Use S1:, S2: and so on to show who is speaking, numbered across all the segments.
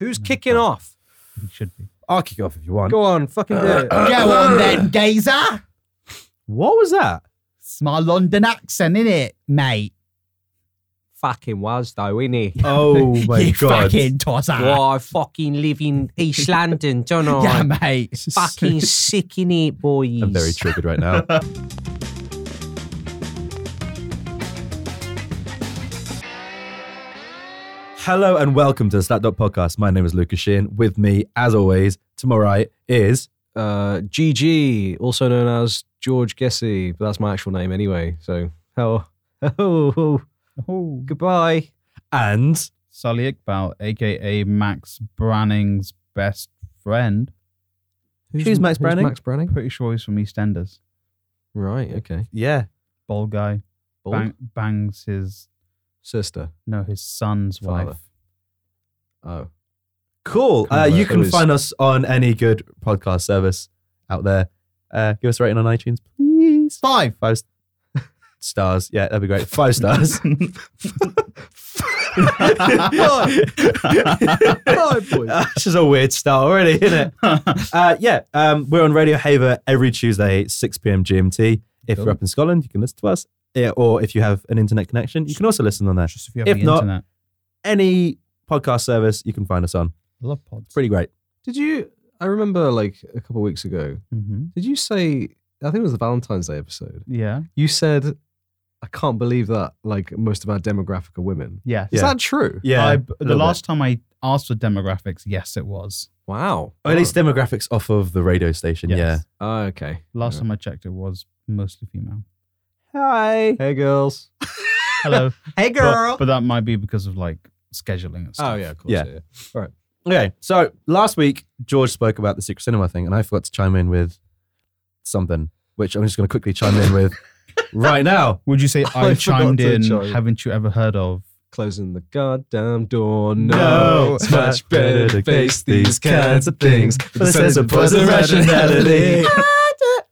S1: Who's kicking off?
S2: It should be.
S3: I'll kick it off if you want.
S1: Go on, fucking do it.
S4: Go
S3: Uh,
S4: on then, geezer.
S2: What was that?
S4: It's my London accent, innit, mate?
S1: fucking was though, innit?
S2: Oh my
S4: you
S2: god.
S4: fucking tosser.
S1: Well, I fucking live in East London, don't I?
S4: Yeah, mate.
S1: fucking sick in it, boys.
S3: I'm very triggered right now. Hello and welcome to the Stat Dog Podcast. My name is Lucas Sheehan. With me, as always, to my right is
S1: Uh, GG, also known as George Gessie, but that's my actual name anyway. So, oh, oh,
S4: Oh.
S1: goodbye.
S3: and
S4: Sully Iqbal, aka Max Branning's best friend.
S1: Who's,
S3: Max Branning?
S1: Max Branning?
S4: Pretty sure he's from EastEnders.
S1: Right, okay.
S3: yeah,
S4: Bald guy.
S1: Bald?
S4: Bang, bangs his
S1: Sister.
S4: no, his son's
S1: Father.
S4: wife.
S1: Oh.
S3: cool.
S1: Cool,
S3: Uh, you
S1: it
S3: can
S1: was-
S3: find us on any good podcast service out there. Uh, give us a rating on iTunes, please.
S4: Five.
S3: Five s- stars. Yeah, that'd be great. Five stars.
S1: Goodbye, boys.
S3: That's just a weird start already, isn't it? uh, yeah, um, we're on Radio Haver every Tuesday, 6 p.m. GMT. If you're up in Scotland, you can listen to us. Yeah, or if you have an internet connection, you can also listen on there.
S4: Just if you have
S3: If
S4: the
S3: not-
S4: internet.
S3: Any podcast service you can find us on.
S4: I love pods.
S3: Pretty great.
S1: Did you, I remember like a couple weeks ago,
S4: hmm
S1: did you say, I think it was the Valentine's Day episode,
S4: Yeah.
S1: you said, I can't believe that like most of our demographic are women.
S4: Yes.
S1: Is
S3: Yeah.
S1: that true?
S3: Yeah.
S4: I-
S3: a
S4: the
S3: little
S4: last time I asked for demographics, yes, it was.
S1: Wow.
S3: bit. Or at least demographics off of the radio station.
S4: Yes.
S1: Oh, okay.
S4: Last
S1: Yeah.
S4: time I checked, it was mostly female.
S3: Yeah. Hi.
S1: Hey, girls.
S4: Hello.
S1: Hey,
S4: but, but that might be because of like scheduling and
S1: oh,
S4: stuff.
S1: yeah, of course.
S3: Yeah.
S1: Yeah.
S3: Okay. So last week, George spoke about the secret cinema thing, and I forgot to chime in with something, which I'm just going to quickly chime in with right now.
S4: Would you say I,
S1: I forgot
S4: chimed
S1: to
S4: in?
S1: chime.
S4: Haven't you ever heard of?
S1: Closing the goddamn door.
S3: No,
S1: No.
S3: it's much better to face these kinds of things with a sense of purpose and rationality.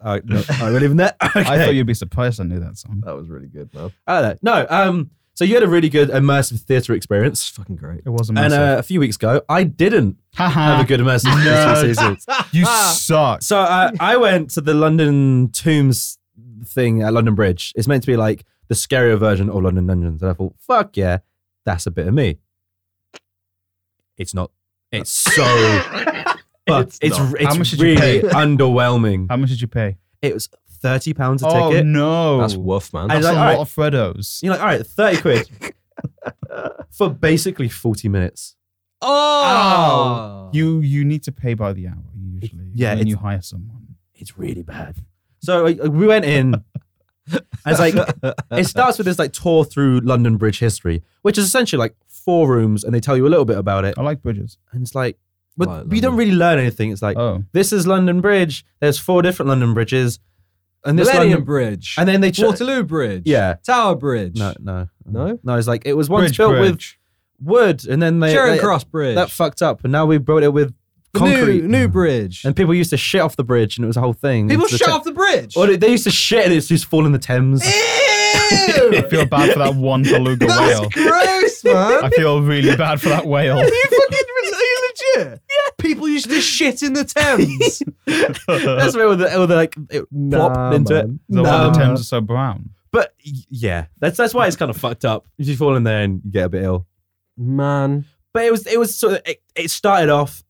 S3: Oh, no, I believe in that. Okay.
S4: I thought you'd be surprised I knew that song.
S1: That was really good, man.
S3: I don't know. No, um, so you had a really good immersive theatre
S1: It's
S3: experience.
S1: fucking great.
S4: It wasn't
S3: And
S4: massive.
S3: uh, a few weeks ago, I didn't have
S4: Haha.
S3: a good immersive
S4: Ah. No.
S3: theatre season.
S4: you suck.
S3: So uh, I went to the London Tombs thing at London Bridge. It's meant to be like the scarier version of London Dungeons. And I thought, fuck yeah, that's a bit of me. It's not. It's so. fuck, it's it's,
S4: How much did you
S3: really
S4: pay?
S3: underwhelming.
S4: How much did you pay?
S3: It was thirty pounds a
S4: Oh
S3: ticket.
S4: no,
S1: That's
S4: that's,
S1: woof, man.
S3: And
S4: a lot
S3: like, alright.
S4: of Fredos.
S3: You're like, all right, thirty quid for basically forty minutes.
S1: oh.
S4: You you need to pay by the hour usually.
S3: Yeah,
S4: when
S3: it's-
S4: you hire someone.
S3: It's really bad. So like, we went in. and It's like it starts with this like tour through London Bridge history, which is essentially like four rooms, and they tell you a little bit about it.
S4: I like bridges.
S3: And it's like, but
S1: Like
S3: you don't
S1: London. Uh.
S3: really learn anything. It's like
S4: Oh,
S3: this is London Bridge. There's four different London bridges, and this
S1: Millennium
S3: London,
S1: Bridge.
S3: and then they ch-
S1: Waterloo Bridge.
S3: Yeah.
S1: Tower Bridge.
S3: No, no,
S1: No?
S3: no. It's like it was once
S4: Bridge,
S3: built
S4: bridge.
S3: with wood, and then they,
S1: Charing
S3: they-
S1: Cross Bridge.
S3: that fucked up, and now we built it with
S1: The
S3: concrete.
S1: New, new bridge.
S3: And people used to shit off the bridge, and it was a whole thing.
S1: People
S3: It's the
S1: shut
S3: Tha-
S1: off the bridge.
S3: Or they- they used to shit, and it's just fall in the Thames.
S1: Ew!
S4: I feel bad for that one beluga whale.
S1: That's gross, man.
S4: I feel really bad for that whale.
S1: Are you fucking are you legit? Yeah. People used to shit in the Thames.
S3: That's where all the, all the like it plopped into it.
S4: The one
S3: Um,
S4: the Thames are so brown.
S3: But y- yeah, that's that's why it's kind of fucked up. You just fall in there and you get a bit ill.
S1: Man.
S3: But it was it was sort of it, it started off,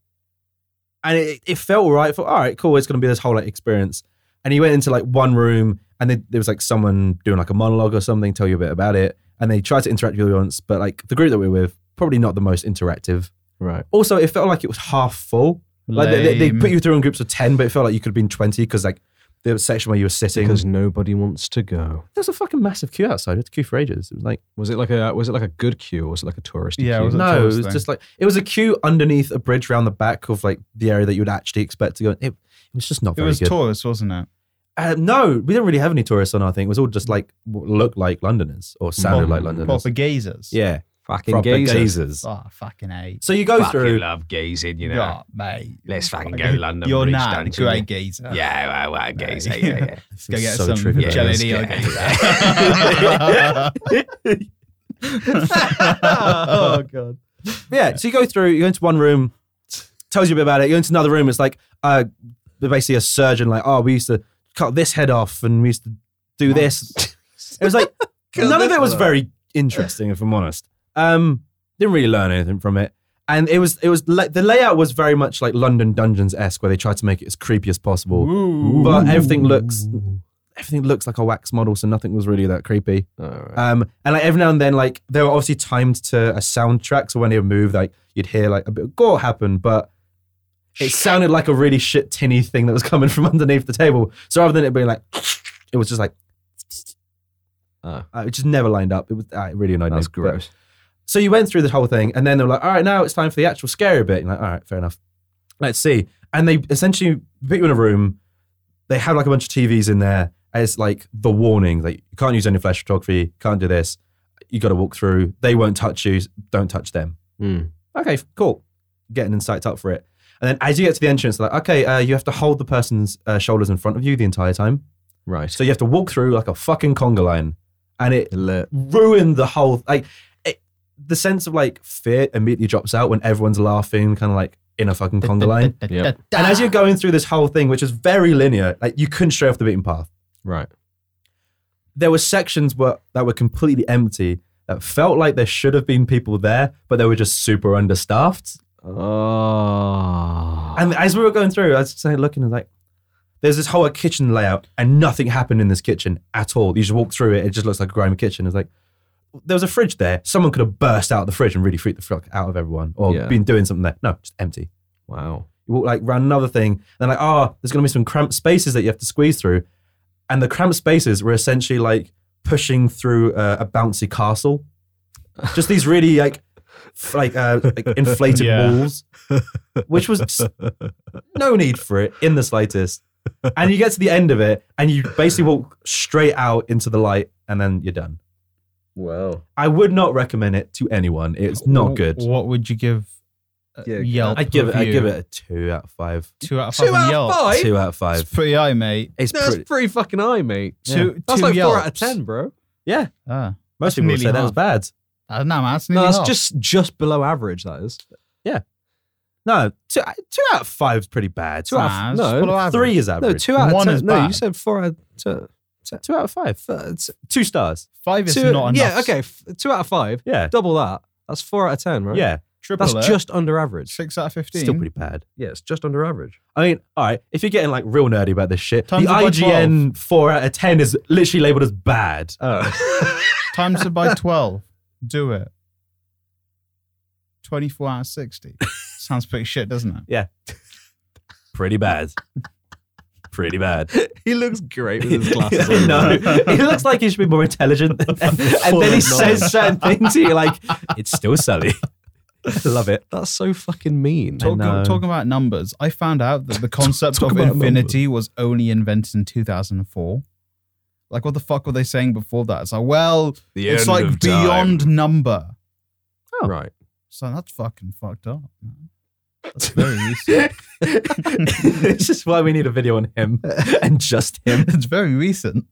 S3: and it, it felt all right. For all right, cool. It's gonna be this whole like experience. And he went into like one room, and they, there was like someone doing like a monologue or something, tell you a bit about it. And they tried to interact with the audience, but like the group that we were with, probably not the most interactive.
S1: Right.
S3: Also, it felt like it was half full. Like they, they, they
S4: Lame.
S3: put you through in groups of ten, but it felt like you could have been twenty because like the section where you were sitting.
S1: Because nobody wants to go.
S3: there's a fucking massive queue outside. We had to queue for ages. It was like
S1: Was it like a was it like a good queue or was it like a touristy
S4: Yeah, it
S1: queue?
S4: was a-
S3: no, it was
S4: tourist thing.
S3: just like it was a queue underneath a bridge round the back of like the area that you'd actually expect to go. It, it was just not
S4: It
S3: very
S4: was
S3: good.
S4: tourists, wasn't it?
S3: uh, no, we didn't really have any tourists on our thing. It was all just like what looked like Londoners or sounded
S1: Proper-
S3: like Londoners.
S4: Well, for gazers.
S3: Yeah,
S1: fucking
S3: proper
S1: gazers.
S3: gazers.
S4: Oh, fucking A.
S3: So you go through.
S5: love gazing, you know.
S4: Yeah, mate.
S5: Let's fucking go
S4: You're
S5: London.
S4: You're
S5: Bridge,
S4: not a
S5: don't you?
S4: great gazer.
S5: Yeah, well, well, gazing.
S4: yeah.
S5: Yeah, yeah. yeah.
S3: This
S4: Go
S3: is
S4: get
S3: so
S4: some
S3: triggered right
S4: jelly Neo
S3: now.
S5: Yeah.
S4: gazer.
S1: oh god.
S3: yeah, so you go through, you go into one room, tells you a bit about it. You go into another room, it's like uh, basically a surgeon, like, oh, we used to cut this head off and we used to do this. It was like, none of it was very interesting, if I'm honest. Um, didn't really learn anything from it. And it was, it was, like the layout was very much like London Dungeons esque, where they tried to make it as creepy as possible. But everything looks, everything looks like a wax model, so nothing was really that creepy.
S1: All right.
S3: Um, and like every now and then, like they were obviously timed to a soundtrack, so when they would move, like you'd hear like a bit of gore happen, but it sounded like a really shit tinny thing that was coming from underneath the table. So rather than it being like, it was just like,
S1: Ah.
S3: uh, it just never lined up. It was uh, it really annoyed me.
S1: That's
S3: But-
S1: gross.
S3: so you went through the whole thing, and then they were like, all right, now it's time for the actual scary bit. You're like, all right, fair enough. Let's see. And they essentially put you in a room. They have like a bunch of TVs in there as like the warning, like you can't use any flash photography, can't do this. You got to walk through. They won't touch you. Don't touch them.
S1: Mm.
S3: Okay, f- cool. Getting insights up for it. And then as you get to the entrance, they're like, okay, uh, you have to hold the person's uh, shoulders in front of you the entire time.
S1: Right.
S3: So you have to walk through like a fucking conga line. And it
S1: Alert.
S3: ruined the whole like it, the sense of like fear immediately drops out when everyone's laughing kind of like in a fucking conga line
S1: Yep.
S3: and as you're going through this whole thing which is very linear like you couldn't stray off the beaten path
S1: Right.
S3: there were sections where, that were completely empty that felt like there should have been people there but they were just super understaffed
S1: Oh.
S3: and as we were going through i was just like, looking and like there's this whole kitchen layout and nothing happened in this kitchen at all you just walk through it it just looks like a grimy kitchen it's like there was a fridge there. Someone could have burst out of the fridge and really freaked the fuck out of everyone, or
S1: Yeah.
S3: been doing something there. No, just empty.
S1: wow.
S3: You walk like round another thing, and like, oh, there's gonna be some cramped spaces that you have to squeeze through, and the cramped spaces were essentially like pushing through uh, a, a bouncy castle, just these really like f- like, uh, like inflated
S4: Yeah.
S3: walls, which was just no need for it in the slightest. And you get to the end of it, and you basically walk straight out into the light, and then you're done.
S1: Wow.
S3: I would not recommend it to anyone. It's not
S4: Wh-
S3: good.
S4: What would you give uh,
S1: Yeah,
S4: Yelp?
S3: I give it. I
S4: review?
S3: give it a two out of five.
S4: two out of five. on Yelp.
S3: Two out of
S4: It's
S3: five.
S4: pretty high, mate.
S3: It's
S1: That's
S3: pretty.
S1: pretty, fucking high, mate.
S4: Two,
S1: That's
S4: two
S1: like
S4: Yelps.
S1: four out of ten, bro.
S3: Yeah,
S4: Ah, That's
S3: most people would say
S4: nearly
S3: that was
S4: half.
S3: bad.
S4: I don't know, man. That's,
S1: No,
S4: nearly
S1: that's
S4: half.
S1: just just below average. That is.
S3: No, two, two out of five is pretty bad. Two
S1: Two out
S3: out
S4: Nah,
S1: of-
S4: it's
S1: no,
S4: below
S3: of, three
S4: average.
S3: is
S1: No,
S3: average.
S1: two out
S4: One
S1: of
S4: is
S1: ten. No,
S4: bad.
S1: you said four out of ten.
S3: two, out of five.
S1: Uh, it's-
S3: Two stars.
S4: five is
S1: two,
S4: not enough.
S1: yeah, okay. f- Two out of five.
S3: Yeah,
S1: Double that. That's four out of ten, right?
S3: yeah.
S4: Triple
S1: That's
S4: it.
S1: just under average.
S4: six out of fifteen.
S3: Still pretty bad.
S1: Yeah, it's just under average.
S3: I mean, all right. If you're getting like real nerdy about this shit,
S4: Times
S3: the
S4: it by
S3: IGN four out of ten is literally labeled as bad.
S4: Times it by twelve. Do it. Twenty-four out of sixty. Sounds pretty shit, doesn't it?
S3: Pretty bad. pretty bad.
S1: he looks great with his glasses. on.
S3: no, he looks like he should be more intelligent. And, and
S1: Full
S3: then he
S1: of
S3: says certain things to you like, it's still Sully. Love it.
S1: That's so fucking mean.
S4: Talk,
S3: know.
S4: talking about numbers, I found out that the concept
S1: Talk
S4: of
S1: about
S4: infinity was only invented in 2004. Like, what the fuck were they saying before that? It's like, well,
S5: The
S4: it's
S5: end
S4: like
S5: of time.
S4: beyond number.
S1: Right.
S4: So that's fucking fucked up. Man. That's very recent.
S3: this is why we need a video on him and just him.
S4: it's very recent.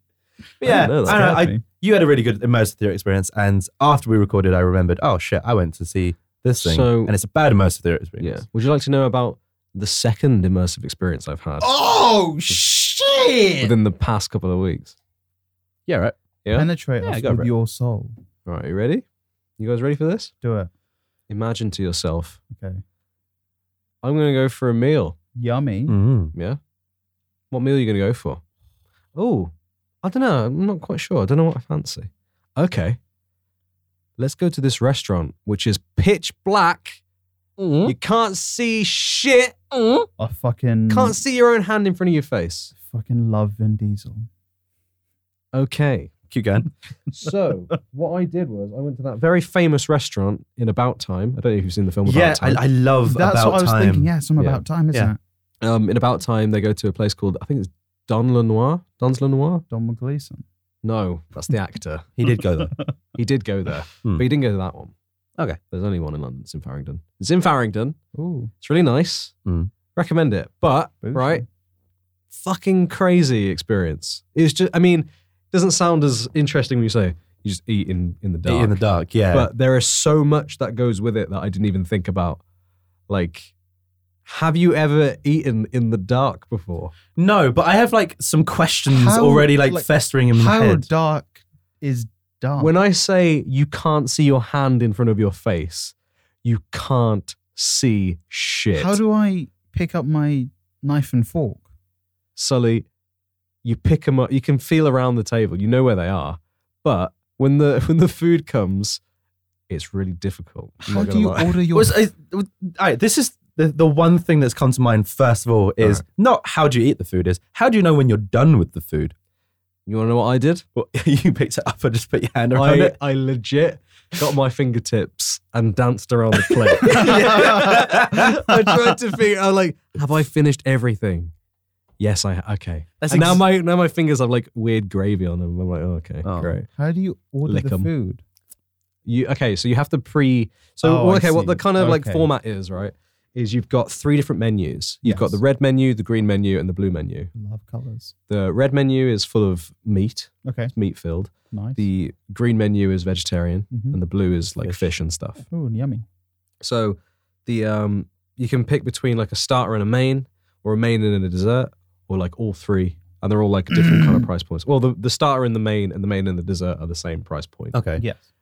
S3: But
S1: I
S3: yeah, I
S1: didn't know that.
S3: don't know, I-
S4: Scared me.
S3: you had a really good immersive theory experience, and after we recorded, I remembered. Oh shit, I went to see this thing,
S1: So-
S3: and it's a bad immersive theory
S1: Yeah.
S3: experience.
S1: Would you like to know about the second immersive experience I've had
S4: oh shit!
S1: within the past couple of weeks?
S3: Yeah, right.
S1: Yeah.
S4: Penetrate
S3: Yeah,
S4: us
S3: go for
S4: with
S3: it.
S4: your soul.
S1: All right. You ready? You guys ready for this?
S4: Do it.
S1: Imagine to yourself,
S4: Okay.
S1: I'm going to go for a meal.
S4: Yummy.
S3: Mm.
S1: Yeah. What meal are you going to go for? Oh, I don't know. I'm not quite sure. I don't know what I fancy. Okay. Let's go to this restaurant, which is pitch black. You can't see shit.
S4: I fucking
S1: Can't see your own hand in front of your face.
S4: fucking love Vin Diesel.
S1: Okay.
S3: Keep going.
S1: So, what I did was, I went to that very famous restaurant in About Time. I don't know if you've seen the film About
S3: Yeah, I,
S1: Time.
S3: I love
S4: That's
S3: about
S4: what I was
S3: time.
S4: thinking. Yeah, some
S1: Yeah.
S4: about time, isn't
S3: Yeah.
S4: it?
S1: um, in About Time, they go to a place called, I think it's Don Lenoir. Don's Lenoir?
S4: Donald Gleason.
S1: No, that's the actor.
S3: He did go there.
S1: He did go there,
S3: Hmm.
S1: but he didn't go to that one.
S3: Okay.
S1: There's only one in London. It's in Farringdon. It's in Farringdon.
S4: Ooh.
S1: It's really nice.
S3: Hmm.
S1: Recommend it. But,
S4: Bougie.
S1: right? Fucking crazy experience. It's just, I mean, doesn't sound as interesting when you say, You just eat in, in the
S3: Eat
S1: dark.
S3: in the dark, yeah.
S1: But there is so much that goes with it that I didn't even think about. Like, have you ever eaten in the dark before?
S3: no, but I have like some questions
S4: How-
S3: already like,
S4: like,
S3: festering in my
S4: How
S3: head.
S4: dark is dark?
S1: When I say you can't see your hand in front of your face, you can't see shit.
S4: How do I pick up my knife and fork?
S1: Sully, you pick them up. You can feel around the table. You know where they are. But when the when the food comes, it's really difficult. I'm
S4: How
S1: not
S4: do
S1: gonna
S4: you
S1: lie.
S4: order your?
S3: Was, I, all right, this is the, the one thing that's come to mind first of all is not how do you eat the food is how do you know when you're done with the food?
S1: You want to know what I did?
S3: Well, you picked it up and just put your hand around
S1: I,
S3: it.
S1: I legit got my fingertips and danced around the plate. I tried to figure. I'm like, have I finished everything? Yes, I. Okay.
S3: That's
S1: and now
S3: ex-
S1: my now my fingers have like weird gravy on them. I'm like, oh, okay,
S3: Oh.
S1: great.
S4: How do you order
S1: Lick
S4: the
S1: 'em.
S4: food?
S1: You okay? So you have to pre. So
S4: Oh,
S1: well,
S4: I
S1: okay, what
S4: see.
S1: the kind of like
S4: Okay.
S1: format is, right? Is you've got three different menus. You've got
S4: Yes.
S1: the red menu, the green menu, and the blue menu.
S4: Love colors.
S1: The red menu is full of meat,
S4: Okay,
S1: meat filled.
S4: nice.
S1: The green menu is vegetarian,
S4: Mhm.
S1: and the blue is like
S3: Fish.
S1: fish and stuff.
S4: Ooh, yummy.
S1: So the um you can pick between like a starter and a main, or a main and a dessert, or like all three, and they're all like different kind of price points. Well, the, the starter and the main and the main and the dessert are the same price point,
S3: Okay.
S4: Yes.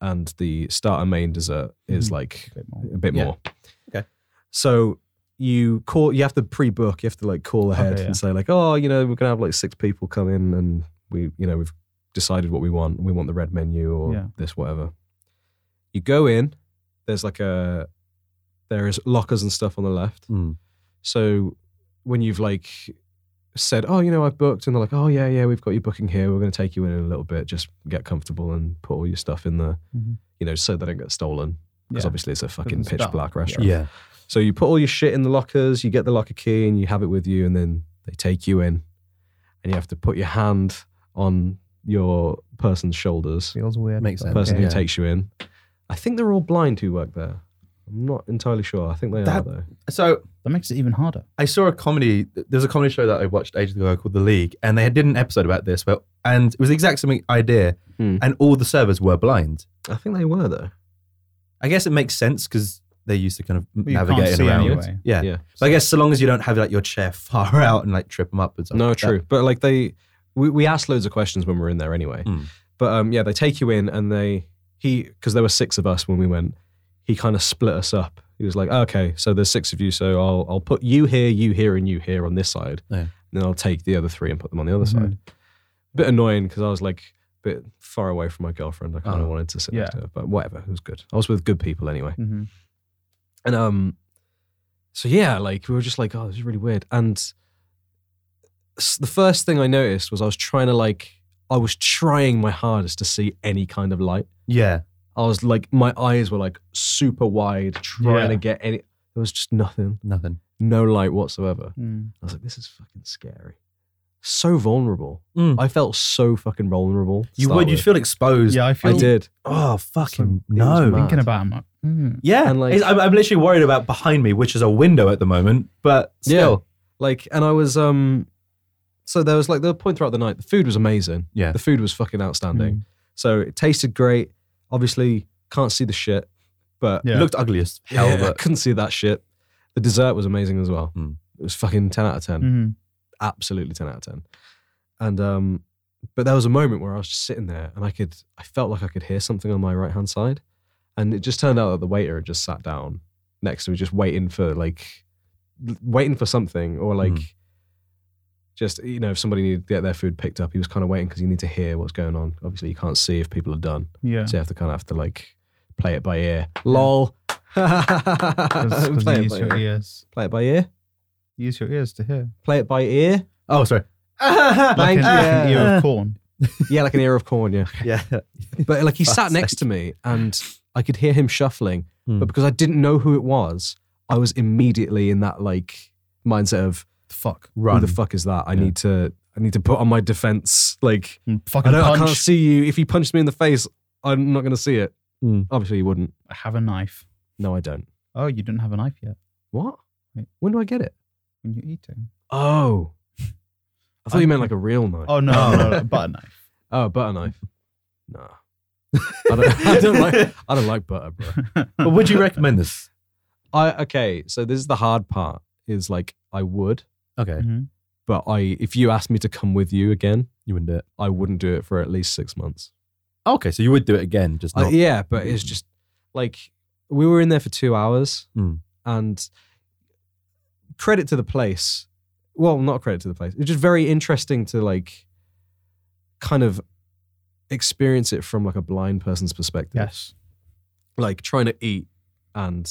S1: and the starter main dessert is like
S4: A bit more.
S1: a bit
S3: Yeah.
S1: more.
S3: Okay.
S1: So you call you have to pre-book, you have to like call ahead
S4: yeah.
S1: and say like, "Oh, you know, we're going to have like six people come in and we, you know, we've decided what we want. We want the red menu or
S4: Yeah.
S1: this whatever." You go in, there's like a there is lockers and stuff on the left.
S3: Mm.
S1: So when you've like said, "Oh, you know, I've booked," and they're like, "Oh, yeah, yeah, we've got you booking here. We're going to take you in in a little bit. Just get comfortable and put all your stuff in there,
S3: Mm-hmm.
S4: Mhm.
S1: you know, so they don't get stolen." Because
S4: Yeah.
S1: obviously it's a fucking
S4: it's
S1: pitch
S4: dark.
S1: black restaurant.
S3: Yeah.
S1: So you put all your shit in the lockers, you get the locker key, and you have it with you, and then they take you in, and you have to put your hand on your person's shoulders,
S4: Feels weird.
S3: Makes
S4: but
S1: the
S3: sense.
S1: person
S4: okay.
S1: who
S3: Yeah.
S1: takes you in. I think they're all blind who work there. I'm not entirely sure. I think they
S3: That-
S1: are though.
S3: So
S4: That makes it even harder.
S3: I saw a comedy. There's a comedy show that I watched ages ago called The League, and they did an episode about this. Where, and it was the exact same idea,
S1: Hmm.
S3: and all the servers were blind.
S1: I think they were though.
S3: I guess it makes sense because they're used to kind of
S4: you can't
S3: navigating
S4: see
S3: around.
S4: anyway.
S3: Yeah.
S1: Yeah.
S3: But I guess so long as you don't have like your chair far out and like trip them up and stuff.
S1: No,
S3: like that.
S1: true. But like they, we, we asked loads of questions when we were in there anyway.
S3: Mm.
S1: But um, yeah, they take you in and they he because there were six of us when we went. He kind of split us up. He was like, okay, so there's six of you, so I'll I'll put you here, you here, and you here on this side.
S3: Yeah. Hmm.
S1: And then I'll take the other three and put them on the other
S4: Mhm.
S1: side. Bit annoying because I was like a bit far away from my girlfriend. I kind of
S3: Oh.
S1: wanted to sit
S4: Yeah.
S1: next to her, but whatever, it was good. I was with good people anyway.
S4: Mm-hmm.
S1: And um, so yeah, like we were just like, oh, this is really weird. And s- the first thing I noticed was I was trying to like, I was trying my hardest to see any kind of light.
S3: Yeah.
S1: I was like, my eyes were like super wide, trying
S4: Yeah.
S1: to get any. There was just nothing,
S3: Nothing.
S1: no light whatsoever.
S4: Mm.
S1: I was like, this is fucking scary. So vulnerable.
S3: Mm.
S1: I felt so fucking vulnerable. to
S3: You
S1: start
S3: would. You
S1: with.
S3: feel exposed.
S4: Yeah, I
S1: I
S4: feel.
S1: did.
S3: Oh fucking
S1: It was
S3: no.
S1: mad.
S4: Thinking about it, I'm like, mm.
S3: Yeah,
S1: And, like-
S3: It's- I'm, I'm literally worried about behind me, which is a window at the moment. But still,
S1: Like, and I was um, so there was like the point throughout the night. The food was amazing.
S3: Yeah.
S1: the food was fucking
S4: Mm.
S1: outstanding. So it tasted great. Obviously, can't see the shit, but
S4: Yeah.
S3: it looked ugly as hell.
S1: hell, I
S3: But
S1: couldn't see that shit. The dessert was amazing as well.
S3: Mm.
S1: It was fucking ten out of 10
S4: Mhm.
S1: absolutely ten out of ten. And um, but there was a moment where I was just sitting there, and I could, I felt like I could hear something on my right hand side, and it just turned out that the waiter had just sat down next to me, just waiting for like, l- waiting for something, or like, just you know, if somebody needed to get their food picked up, he was kind of waiting because you need to hear what's going on. Obviously, you can't see if people are done,
S4: Yeah.
S1: so you have to kind of have to like play it by ear. Lol.
S4: Because
S1: play,
S4: you
S1: it
S4: use
S1: by
S4: your
S1: ear.
S4: ears.
S1: play it by ear.
S4: You use your ears to hear.
S1: Play it by ear.
S3: oh, sorry.
S4: Like,
S1: Thank
S4: an, like an
S1: you.
S4: ear of corn.
S1: Yeah, like an ear of corn. Yeah.
S3: yeah,
S1: But like he
S3: Fuck's
S1: sat next to me and I could hear him shuffling.
S3: Hmm.
S1: But because I didn't know who it was, I was immediately in that like mindset of
S4: Fuck.
S3: run.
S1: who the fuck is that? I
S3: Yeah.
S1: need to I need to put on my defense. Like I
S4: Mm, Fucking
S1: don't I
S4: punch.
S1: can't see you. If you punched me in the face, I'm not gonna see it.
S3: Hmm.
S1: Obviously you wouldn't.
S4: I have a knife.
S1: No, I don't.
S4: Oh, you didn't have a knife yet
S1: What?
S4: Wait.
S1: When do I get it?
S4: when you're eating.
S1: Oh.
S3: Oh.
S1: I thought you meant like a real knife.
S4: Oh no, no, no, butter knife.
S1: Oh, butter knife. Nah. I don't, I don't like I don't like butter, bro.
S3: But would you recommend this?
S1: I okay, so this is the hard part. Is like I would,
S3: Okay,
S4: Mhm.
S1: but I if you asked me to come with you again,
S3: you wouldn't do it.
S1: I wouldn't do it for at least six months.
S3: Okay, so you would do it again, just
S1: Uh,
S3: not.
S1: yeah, but it's just like we were in there for two hours,
S3: Mm.
S1: and credit to the place. Well, not credit to the place. It's just very interesting to like kind of experience it from like a blind person's perspective.
S4: Yes.
S1: Like trying to eat and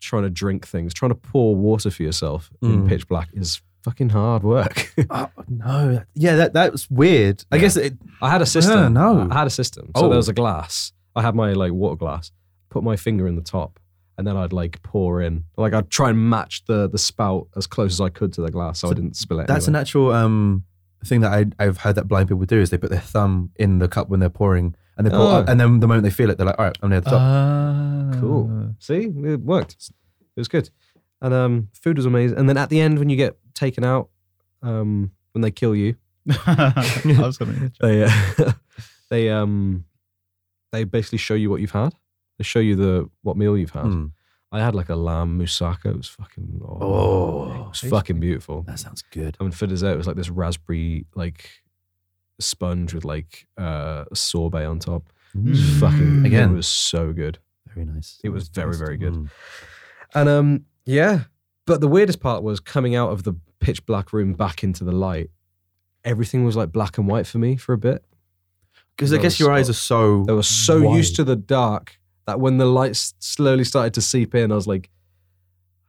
S1: trying to drink things, trying to pour water for yourself in
S3: Mm.
S1: pitch black is fucking hard work.
S3: Oh, no, yeah, that that was weird. I
S1: uh, Yeah.
S3: guess it.
S1: I had a system.
S3: Yeah, no.
S1: I had a system. So
S3: Oh.
S1: there was a glass. I had my like water glass. Put my finger in the top, and then I'd like pour in. Like I'd try and match the the spout as close as I could to the glass, so, I
S3: So
S1: didn't spill it.
S3: That's an
S1: anywhere.
S3: actual um thing that I I've heard that blind people do is they put their thumb in the cup when they're pouring and they pour
S1: Oh.
S3: up, and then the moment they feel it, they're like, all right, I'm near the top.
S4: Uh,
S1: Cool. See, it worked. It was good, and um, food was amazing. And then at the end, when you get taken out, um, when they kill you,
S4: I was gonna.
S3: Oh,
S1: they uh, they um, they basically show you what you've had. They show you the what meal you've had.
S3: Hmm.
S1: I had like a lamb moussaka. It was fucking oh,
S3: Oh,
S1: it was fucking beautiful.
S3: that sounds good.
S1: I mean, for dessert, it was like this raspberry like sponge with like uh, sorbet on top. It was
S3: Mm.
S1: fucking
S3: Again.
S1: it was so good.
S3: Very nice.
S1: Mm. It was very very good.
S3: Mm.
S1: And um, yeah. But the weirdest part was coming out of the pitch black room back into the light. Everything was like black and white for me for a bit.
S3: Because I
S1: That
S3: guess
S1: was-
S3: your eyes are so.
S1: They were so
S3: Why?
S1: used to the dark that when the lights slowly started to seep in, I was like,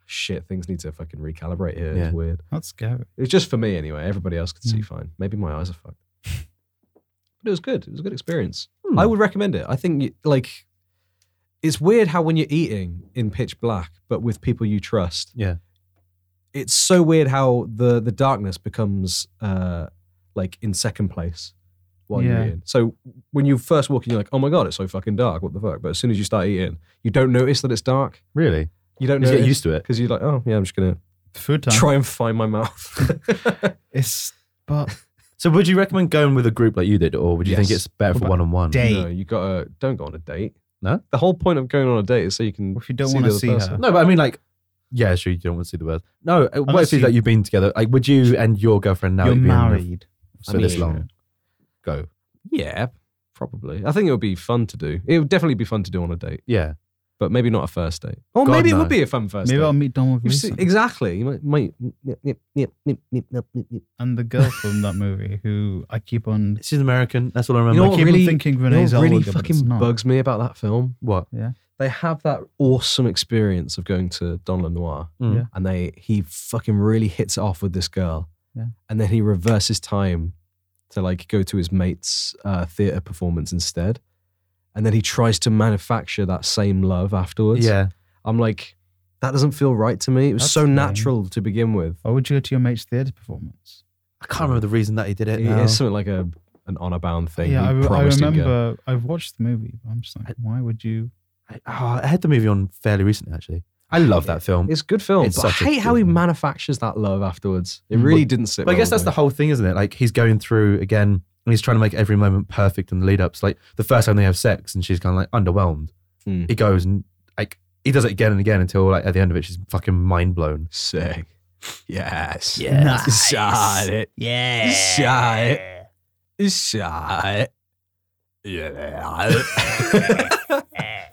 S1: shit, things need to fucking recalibrate here.
S3: Yeah.
S1: It's weird.
S4: That's scary.
S1: It was just for me anyway. Everybody else could see
S3: Mm.
S1: fine. Maybe my eyes are fucked. but it was good. It was a good experience.
S3: Hmm.
S1: I would recommend it. I think you- like it's weird how when you're eating in pitch black, but with people you trust.
S3: Yeah.
S1: It's so weird how the the darkness becomes uh like in second place while you're
S4: Yeah.
S1: eating. So when you first walk in, you're like, oh my god, it's so fucking dark. What the fuck? But as soon as you start eating, you don't notice that it's dark.
S3: really.
S1: You don't
S3: You just get
S1: notice
S3: used to it.
S1: because you're like, oh yeah, I'm just gonna
S4: Food time.
S1: try and find my mouth.
S4: It's but
S3: So, would you recommend going with a group like you did, or would you think
S1: Yes.
S3: it's better for
S4: What about
S3: one on one?
S4: date?
S1: No, you gotta don't go on a date.
S3: No?
S1: The whole point of going on a date is so you can
S4: if you don't
S1: See
S4: want to
S1: the other
S4: see
S1: person.
S4: her,
S3: No, but I mean, like, yeah, sure, you don't want to see the world. No, uh,
S4: Unless
S3: what if it's
S4: you-
S3: like you've been together? Like, would you and your girlfriend now
S4: you're
S3: be on the-
S4: married.
S3: for
S1: I mean,
S3: this long? Go.
S1: Yeah, probably. I think it would be fun to do. It would definitely be fun to do on a date,
S3: Yeah.
S1: but maybe not a first date. Or
S3: God,
S1: maybe it
S3: no.
S1: would be a fun first
S4: Maybe
S1: date.
S4: I'll meet Donald
S1: You've seen-
S4: Gleason
S1: exactly. You might, might nip, nip, nip, nip, nip, nip, nip, nip.
S4: and the girl from that movie who I keep on.
S3: She's American. That's all I remember.
S1: You
S4: I
S1: know what
S4: keep
S1: really-
S4: on thinking
S1: You know
S4: Renee
S1: what
S4: Zellweger.
S1: really
S4: but it's
S1: fucking
S4: not.
S1: bugs me about that film.
S3: what?
S1: They have that awesome experience of going to Don Lenoir,
S3: Mm.
S4: Yeah.
S1: and they he fucking really hits it off with this girl,
S4: Yeah.
S1: and then he reverses time to like go to his mate's uh, theater performance instead, and then he tries to manufacture that same love afterwards.
S3: Yeah.
S1: I'm like, that doesn't feel right to me. It was
S4: That's
S1: so
S4: lame.
S1: natural to begin with.
S4: Why would you go to your mate's theater performance?
S3: I can't remember the reason that he did it.
S1: It-
S3: now.
S1: It's something like a an honor bound thing.
S4: yeah, I,
S1: He
S4: re- I
S1: promised he'd go.
S4: remember. I've watched the movie. But I'm just like, why would you?
S3: I, oh, I had the movie on fairly recently, actually. I love that film.
S1: It's a good film,
S3: It's
S1: but I
S3: such a
S1: hate
S3: good
S1: how he
S3: film.
S1: manufactures that love afterwards. It
S4: Mm.
S1: really didn't sit.
S3: But I
S1: well
S3: guess
S1: with
S3: that's the
S1: me.
S3: whole thing, isn't it? Like he's going through again, and he's trying to make every moment perfect in the lead ups. Like the first time they have sex, and she's kind of like underwhelmed.
S1: Hmm.
S3: He goes and like he does it again and again until like at the end of it, she's fucking mind blown.
S1: sick. Yes.
S4: Nice.
S1: Shot it.
S4: Yeah.
S1: Shot it. Shot it. Yeah.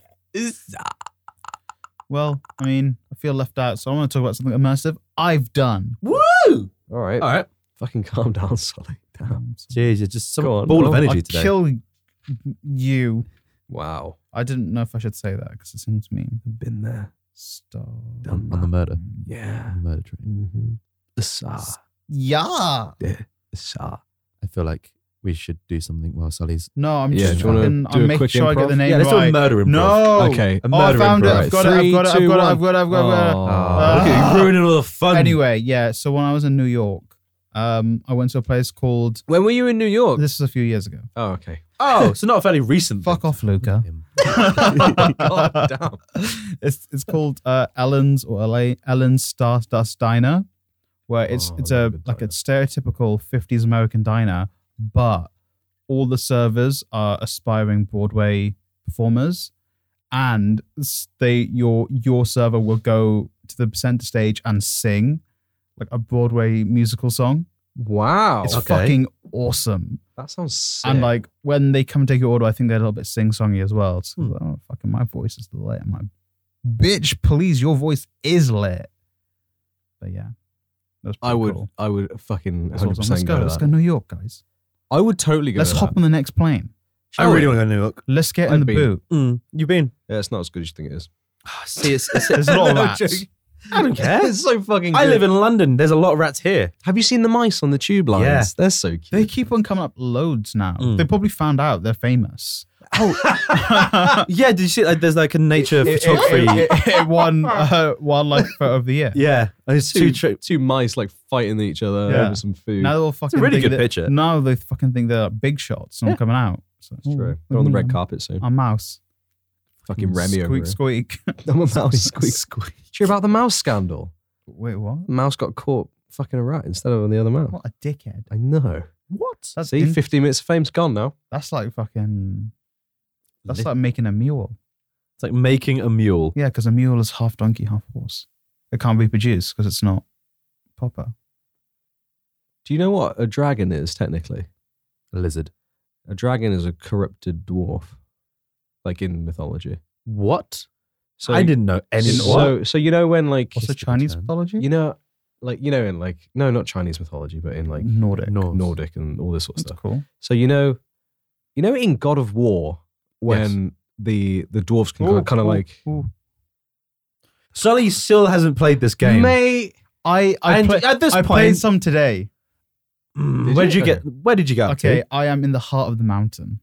S4: Well, I mean, I feel left out, so I want to talk about something immersive I've done.
S3: Woo!
S1: All right.
S3: All right,
S1: Fucking calm down, Solly. Damn.
S3: jeez, you're just some
S1: Go on,
S3: ball
S1: bro.
S3: of energy
S4: I'd
S3: today.
S4: Um, kill you.
S1: Wow.
S4: I didn't know if I should say that because it seems mean.
S1: Been there.
S4: Star.
S1: Done
S3: on the murder.
S4: Ah.
S1: Yeah.
S3: Murder train.
S1: Mm-hmm. The Sa.
S4: Yeah.
S1: The Sa.
S3: I feel like we should do something while Sully's.
S4: No, I'm
S1: Yeah,
S4: just
S1: do you wanna
S4: fucking.
S1: do a
S4: I'm making
S1: quick
S4: sure I get
S1: improv?
S4: the name
S3: Yeah, let's do a
S4: right.
S3: murder improv.
S4: no.
S1: Okay.
S3: a
S4: Oh, I
S3: murder
S4: found it.
S3: improv.
S4: I've got it. I've got it. I've got it. I've got it. I've got it.
S1: Oh.
S3: Ah.
S1: Okay.
S4: Ah.
S3: Look at you ruining all the fun.
S4: Anyway, yeah. So when I was in New York, um, I went to a place called.
S1: When were you in New York?
S4: This was a few years ago.
S1: Oh, okay.
S3: Oh, so not a fairly recent.
S4: Fuck off, Luca.
S3: Him.
S1: God damn.
S4: it's it's called uh, Ellen's or LA Ellen's Star Dust Diner, where it's
S1: Oh,
S4: it's
S1: I
S4: a
S1: love a good
S4: like a
S1: diner.
S4: stereotypical '50s American diner, but all the servers are aspiring Broadway performers, and s- they your your server will go to the center stage and sing like a Broadway musical song.
S1: Wow.
S4: It's
S3: okay.
S4: fucking awesome.
S1: that sounds sick.
S4: And like when they come and take your order, I think they're a little bit sing songy as well. It's
S3: Hmm.
S4: oh fucking my voice is lit. I'm like, bitch, please, your voice is lit. But yeah. That's
S1: I
S4: pretty
S1: would,
S4: cool.
S1: I would fucking 100
S4: That's awesome. Let's
S1: percent
S4: go.
S1: go. to
S4: Let's
S1: that.
S4: go to New York, guys.
S1: I would totally go.
S4: Let's
S1: to
S4: hop
S1: That.
S4: on the next plane.
S3: I
S1: Shall
S3: really
S1: we?
S3: want to go to New York.
S4: Let's get in
S1: I've
S4: the
S1: been-
S4: boot.
S3: You've been.
S1: Yeah, it's not as good as you think it is.
S3: Ah, See, it's, it's,
S4: There's a lot of
S1: No
S4: rats.
S1: joke.
S3: I don't care.
S1: it's so fucking.
S3: I
S1: good.
S3: live in London. There's a lot of rats here.
S1: Have you seen the mice on the tube lines?
S3: Yeah.
S1: They're so cute.
S4: They keep on coming up loads now.
S1: Hmm.
S3: Mm.
S4: They probably found out they're famous. Oh,
S3: Yeah, did you see? Like, there's like a nature photography.
S4: it, it, it won uh, wildlife photo of the year.
S3: yeah, it's
S1: two,
S3: two
S1: two,
S3: trips.
S1: mice like fighting each other
S4: Yeah.
S1: over some food.
S4: Now they all fucking
S3: really
S4: think
S3: good
S4: that-
S3: picture.
S4: Now they fucking think they're big shots and I'm coming out. So, oh,
S1: That's true. They're on the red carpet soon.
S4: A mouse.
S1: Fucking Remy over
S4: Mm-hmm. Squeak,
S1: here.
S4: squeak.
S1: I'm a mouse squeak. squeak. Do you hear about the mouse scandal?
S4: Wait, what?
S1: The mouse got caught fucking a rat instead of the other mouse.
S4: What a dickhead.
S1: I know.
S4: What? That's,
S1: See,
S4: in-
S1: 15 minutes of fame's gone now.
S4: that's like fucking. That's
S3: Lit-
S4: like making a mule.
S3: It's like making a mule.
S4: Yeah, because a mule is half donkey, half horse. It can't reproduce because it's not proper.
S1: Do you know what a dragon is technically?
S3: A lizard.
S1: A dragon is a corrupted dwarf, like in mythology.
S3: What?
S1: So
S3: I didn't know any.
S1: So, so you know when like
S4: What's the
S3: Just the
S4: Chinese
S3: term.
S4: mythology?
S1: you know like you know in like no not Chinese mythology but in like
S4: Nordic.
S3: Norse.
S1: Nordic and all this sort of
S4: That's
S1: stuff.
S4: cool.
S1: So you know, you know, in God of War, when the the dwarves can
S4: Ooh,
S1: kind of
S4: ooh,
S1: like,
S4: ooh.
S3: Sully still hasn't played this game.
S1: mate,
S4: I I,
S3: and
S4: play,
S3: at this
S4: I played
S3: point,
S4: some today.
S3: Mm,
S1: Did
S3: where
S1: you?
S3: did you get? Where did you
S1: Ah,
S3: go? up
S4: Okay,
S3: to?
S4: I am in the heart of the mountain,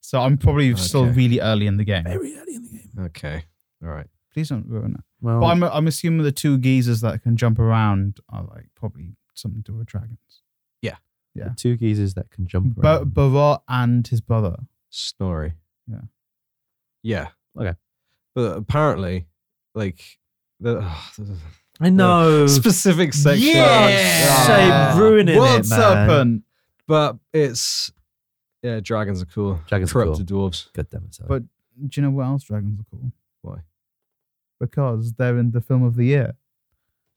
S4: so I'm probably still
S1: Okay.
S4: really early in the game.
S3: very early in the game.
S1: okay, all right,
S4: Please don't ruin it.
S3: Well,
S1: Oh.
S4: But I'm I'm assuming the two geezers that can jump around are like probably something to do with dragons. yeah.
S3: the two geezers that can jump.
S4: Ba-
S3: around.
S4: Barat and his brother.
S1: Snorri,
S4: Yeah.
S1: yeah,
S3: Okay.
S1: but apparently, like the ugh, the
S3: I know.
S1: specific section,
S4: Yeah.
S1: Ah.
S3: Say ruining
S4: World
S3: it, man.
S4: serpent.
S1: but it's yeah, dragons are cool,
S3: Dragons are
S1: corrupted dwarves.
S3: God damn it, Sully.
S4: But do you know what else dragons are cool?
S1: Why?
S4: Because they're in the film of the year.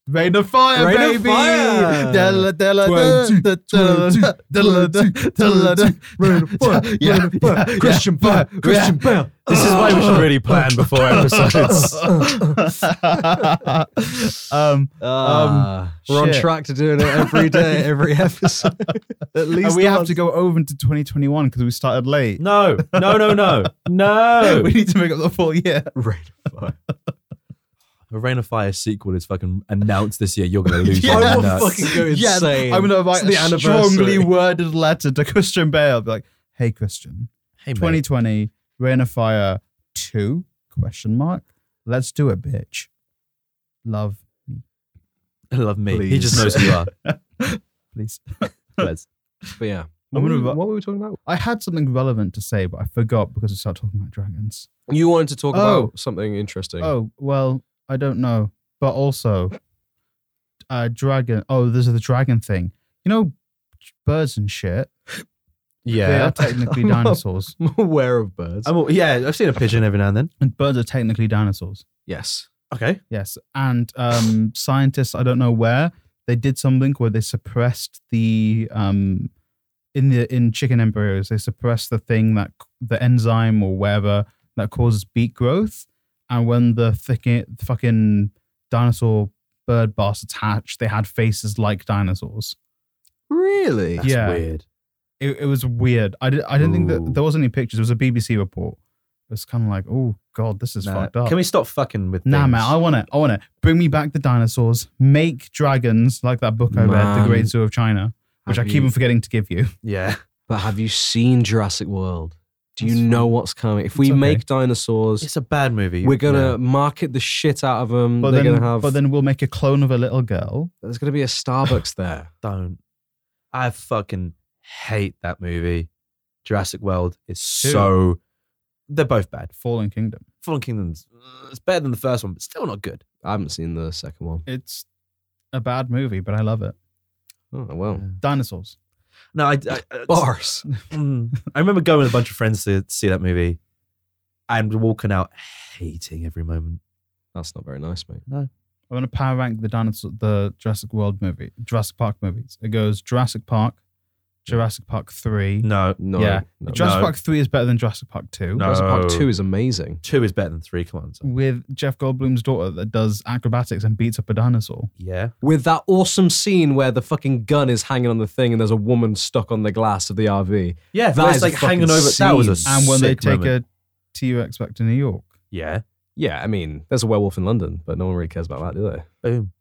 S4: Rain of Fire,
S1: Reign of
S4: baby!
S1: Fire!
S4: Della, della, da,
S1: Twenty,
S4: da, della, da, della, da, della, da. Yeah,
S1: Bale,
S4: yeah, yeah.
S1: Bale.
S3: this is why we should really plan before episodes.
S4: um,
S1: Ah, we're on
S4: shit.
S1: track to doing it every day, every episode. At
S4: and
S1: least
S4: we have
S1: once.
S4: to go over into 2021 because we started late.
S3: no, no, no, no, no.
S4: We need to make up the full year.
S1: Rain of Fire.
S3: A Rain of Fire sequel is fucking announced this year. You're gonna lose.
S4: Yeah.
S3: your
S1: I will
S3: nuts.
S1: fucking go insane.
S4: I'm gonna write
S1: It's the
S4: a strongly
S1: anniversary.
S4: worded letter to Christian Bale. I'll be like, "Hey, Christian,
S3: Hey, mate.
S4: 2020 Rain of Fire two question mark. Let's do it, bitch. Love,
S3: I love me. He
S1: Please.
S3: just knows who you are.
S4: please.
S3: Let's-
S1: But yeah. What
S4: I'm
S1: were,
S4: gonna
S1: we,
S4: ru-
S1: what were we talking about?
S4: I had something relevant to say, but I forgot because we started talking about dragons.
S1: You wanted to talk
S4: Oh.
S1: about something interesting.
S4: Oh well, I don't know, but also, uh, dragon. Oh, this is the dragon thing. You know, birds and shit. They
S3: yeah.
S4: are technically
S1: I'm not-
S4: dinosaurs,
S1: I'm aware of birds.
S3: I'm, all- yeah, I've seen a pigeon every now and then.
S4: and birds are technically dinosaurs.
S1: yes.
S3: Okay.
S4: Yes, and um, scientists, I don't know where they did something where they suppressed the um, in the in chicken embryos they suppressed the thing that the enzyme or whatever that causes beak growth, and when the thick fucking dinosaur bird bastards hatched, they had faces like dinosaurs.
S1: Really?
S3: That's
S4: Yeah.
S3: weird.
S4: It, it was weird. I did, I didn't think
S3: Ooh.
S4: that there was any pictures. It was a BBC report. It was kind of like, oh god, this is
S3: Nah,
S4: fucked up.
S3: Can we stop fucking with
S4: Nah,
S3: things?
S4: man, I want it. I want it. Bring me back the dinosaurs. Make dragons like that book I read, The
S1: Man.
S4: Great Zoo of China, which I
S1: Have
S4: keep
S1: you-
S4: on forgetting to give you.
S3: Yeah.
S1: But have you seen Jurassic World? Do you
S4: That's
S1: know what's coming? If we
S4: It's okay.
S1: make dinosaurs,
S3: It's a bad movie.
S1: we're gonna market the shit out of them.
S4: But
S1: They're
S4: then,
S1: gonna have.
S4: but then we'll make a clone of a little girl.
S1: there's gonna be a Starbucks there.
S3: Yeah. Don't. I fucking hate that movie. Jurassic World is
S4: Two.
S3: so. They're both bad.
S4: Fallen Kingdom.
S3: Fallen Kingdom's. uh, It's better than the first one, but still not good.
S1: I haven't seen the second one.
S4: It's a bad movie, but I love it.
S1: Oh well.
S4: Dinosaurs.
S3: No, I. I, I-
S1: Bars.
S3: Mm. I remember going with a bunch of friends to see that movie, and walking out hating every moment.
S1: That's not very nice, mate.
S4: I'm gonna power rank the dinosaur, the Jurassic World movie, Jurassic Park movies. It goes Jurassic Park, Jurassic Park Three.
S3: No,
S1: No.
S4: Yeah.
S1: no.
S4: Jurassic
S3: No.
S4: Park Three is better than Jurassic Park Two.
S3: No.
S1: Jurassic Park 2 is amazing.
S3: two is better than three. Come on, son.
S4: With Jeff Goldblum's daughter that does acrobatics and beats up a dinosaur.
S3: yeah.
S1: With that awesome scene where the fucking gun is hanging on the thing and there's a woman stuck on the glass of the RV.
S3: Yeah,
S1: That
S3: that
S1: is
S3: is like
S1: a fucking
S3: hanging over. That was a
S1: scene.
S4: And when they
S3: sick
S4: take
S3: moment.
S4: a T Rex back to New York.
S3: yeah,
S1: Yeah, I mean, there's a werewolf in London, but no one really cares about that, do they?
S3: boom.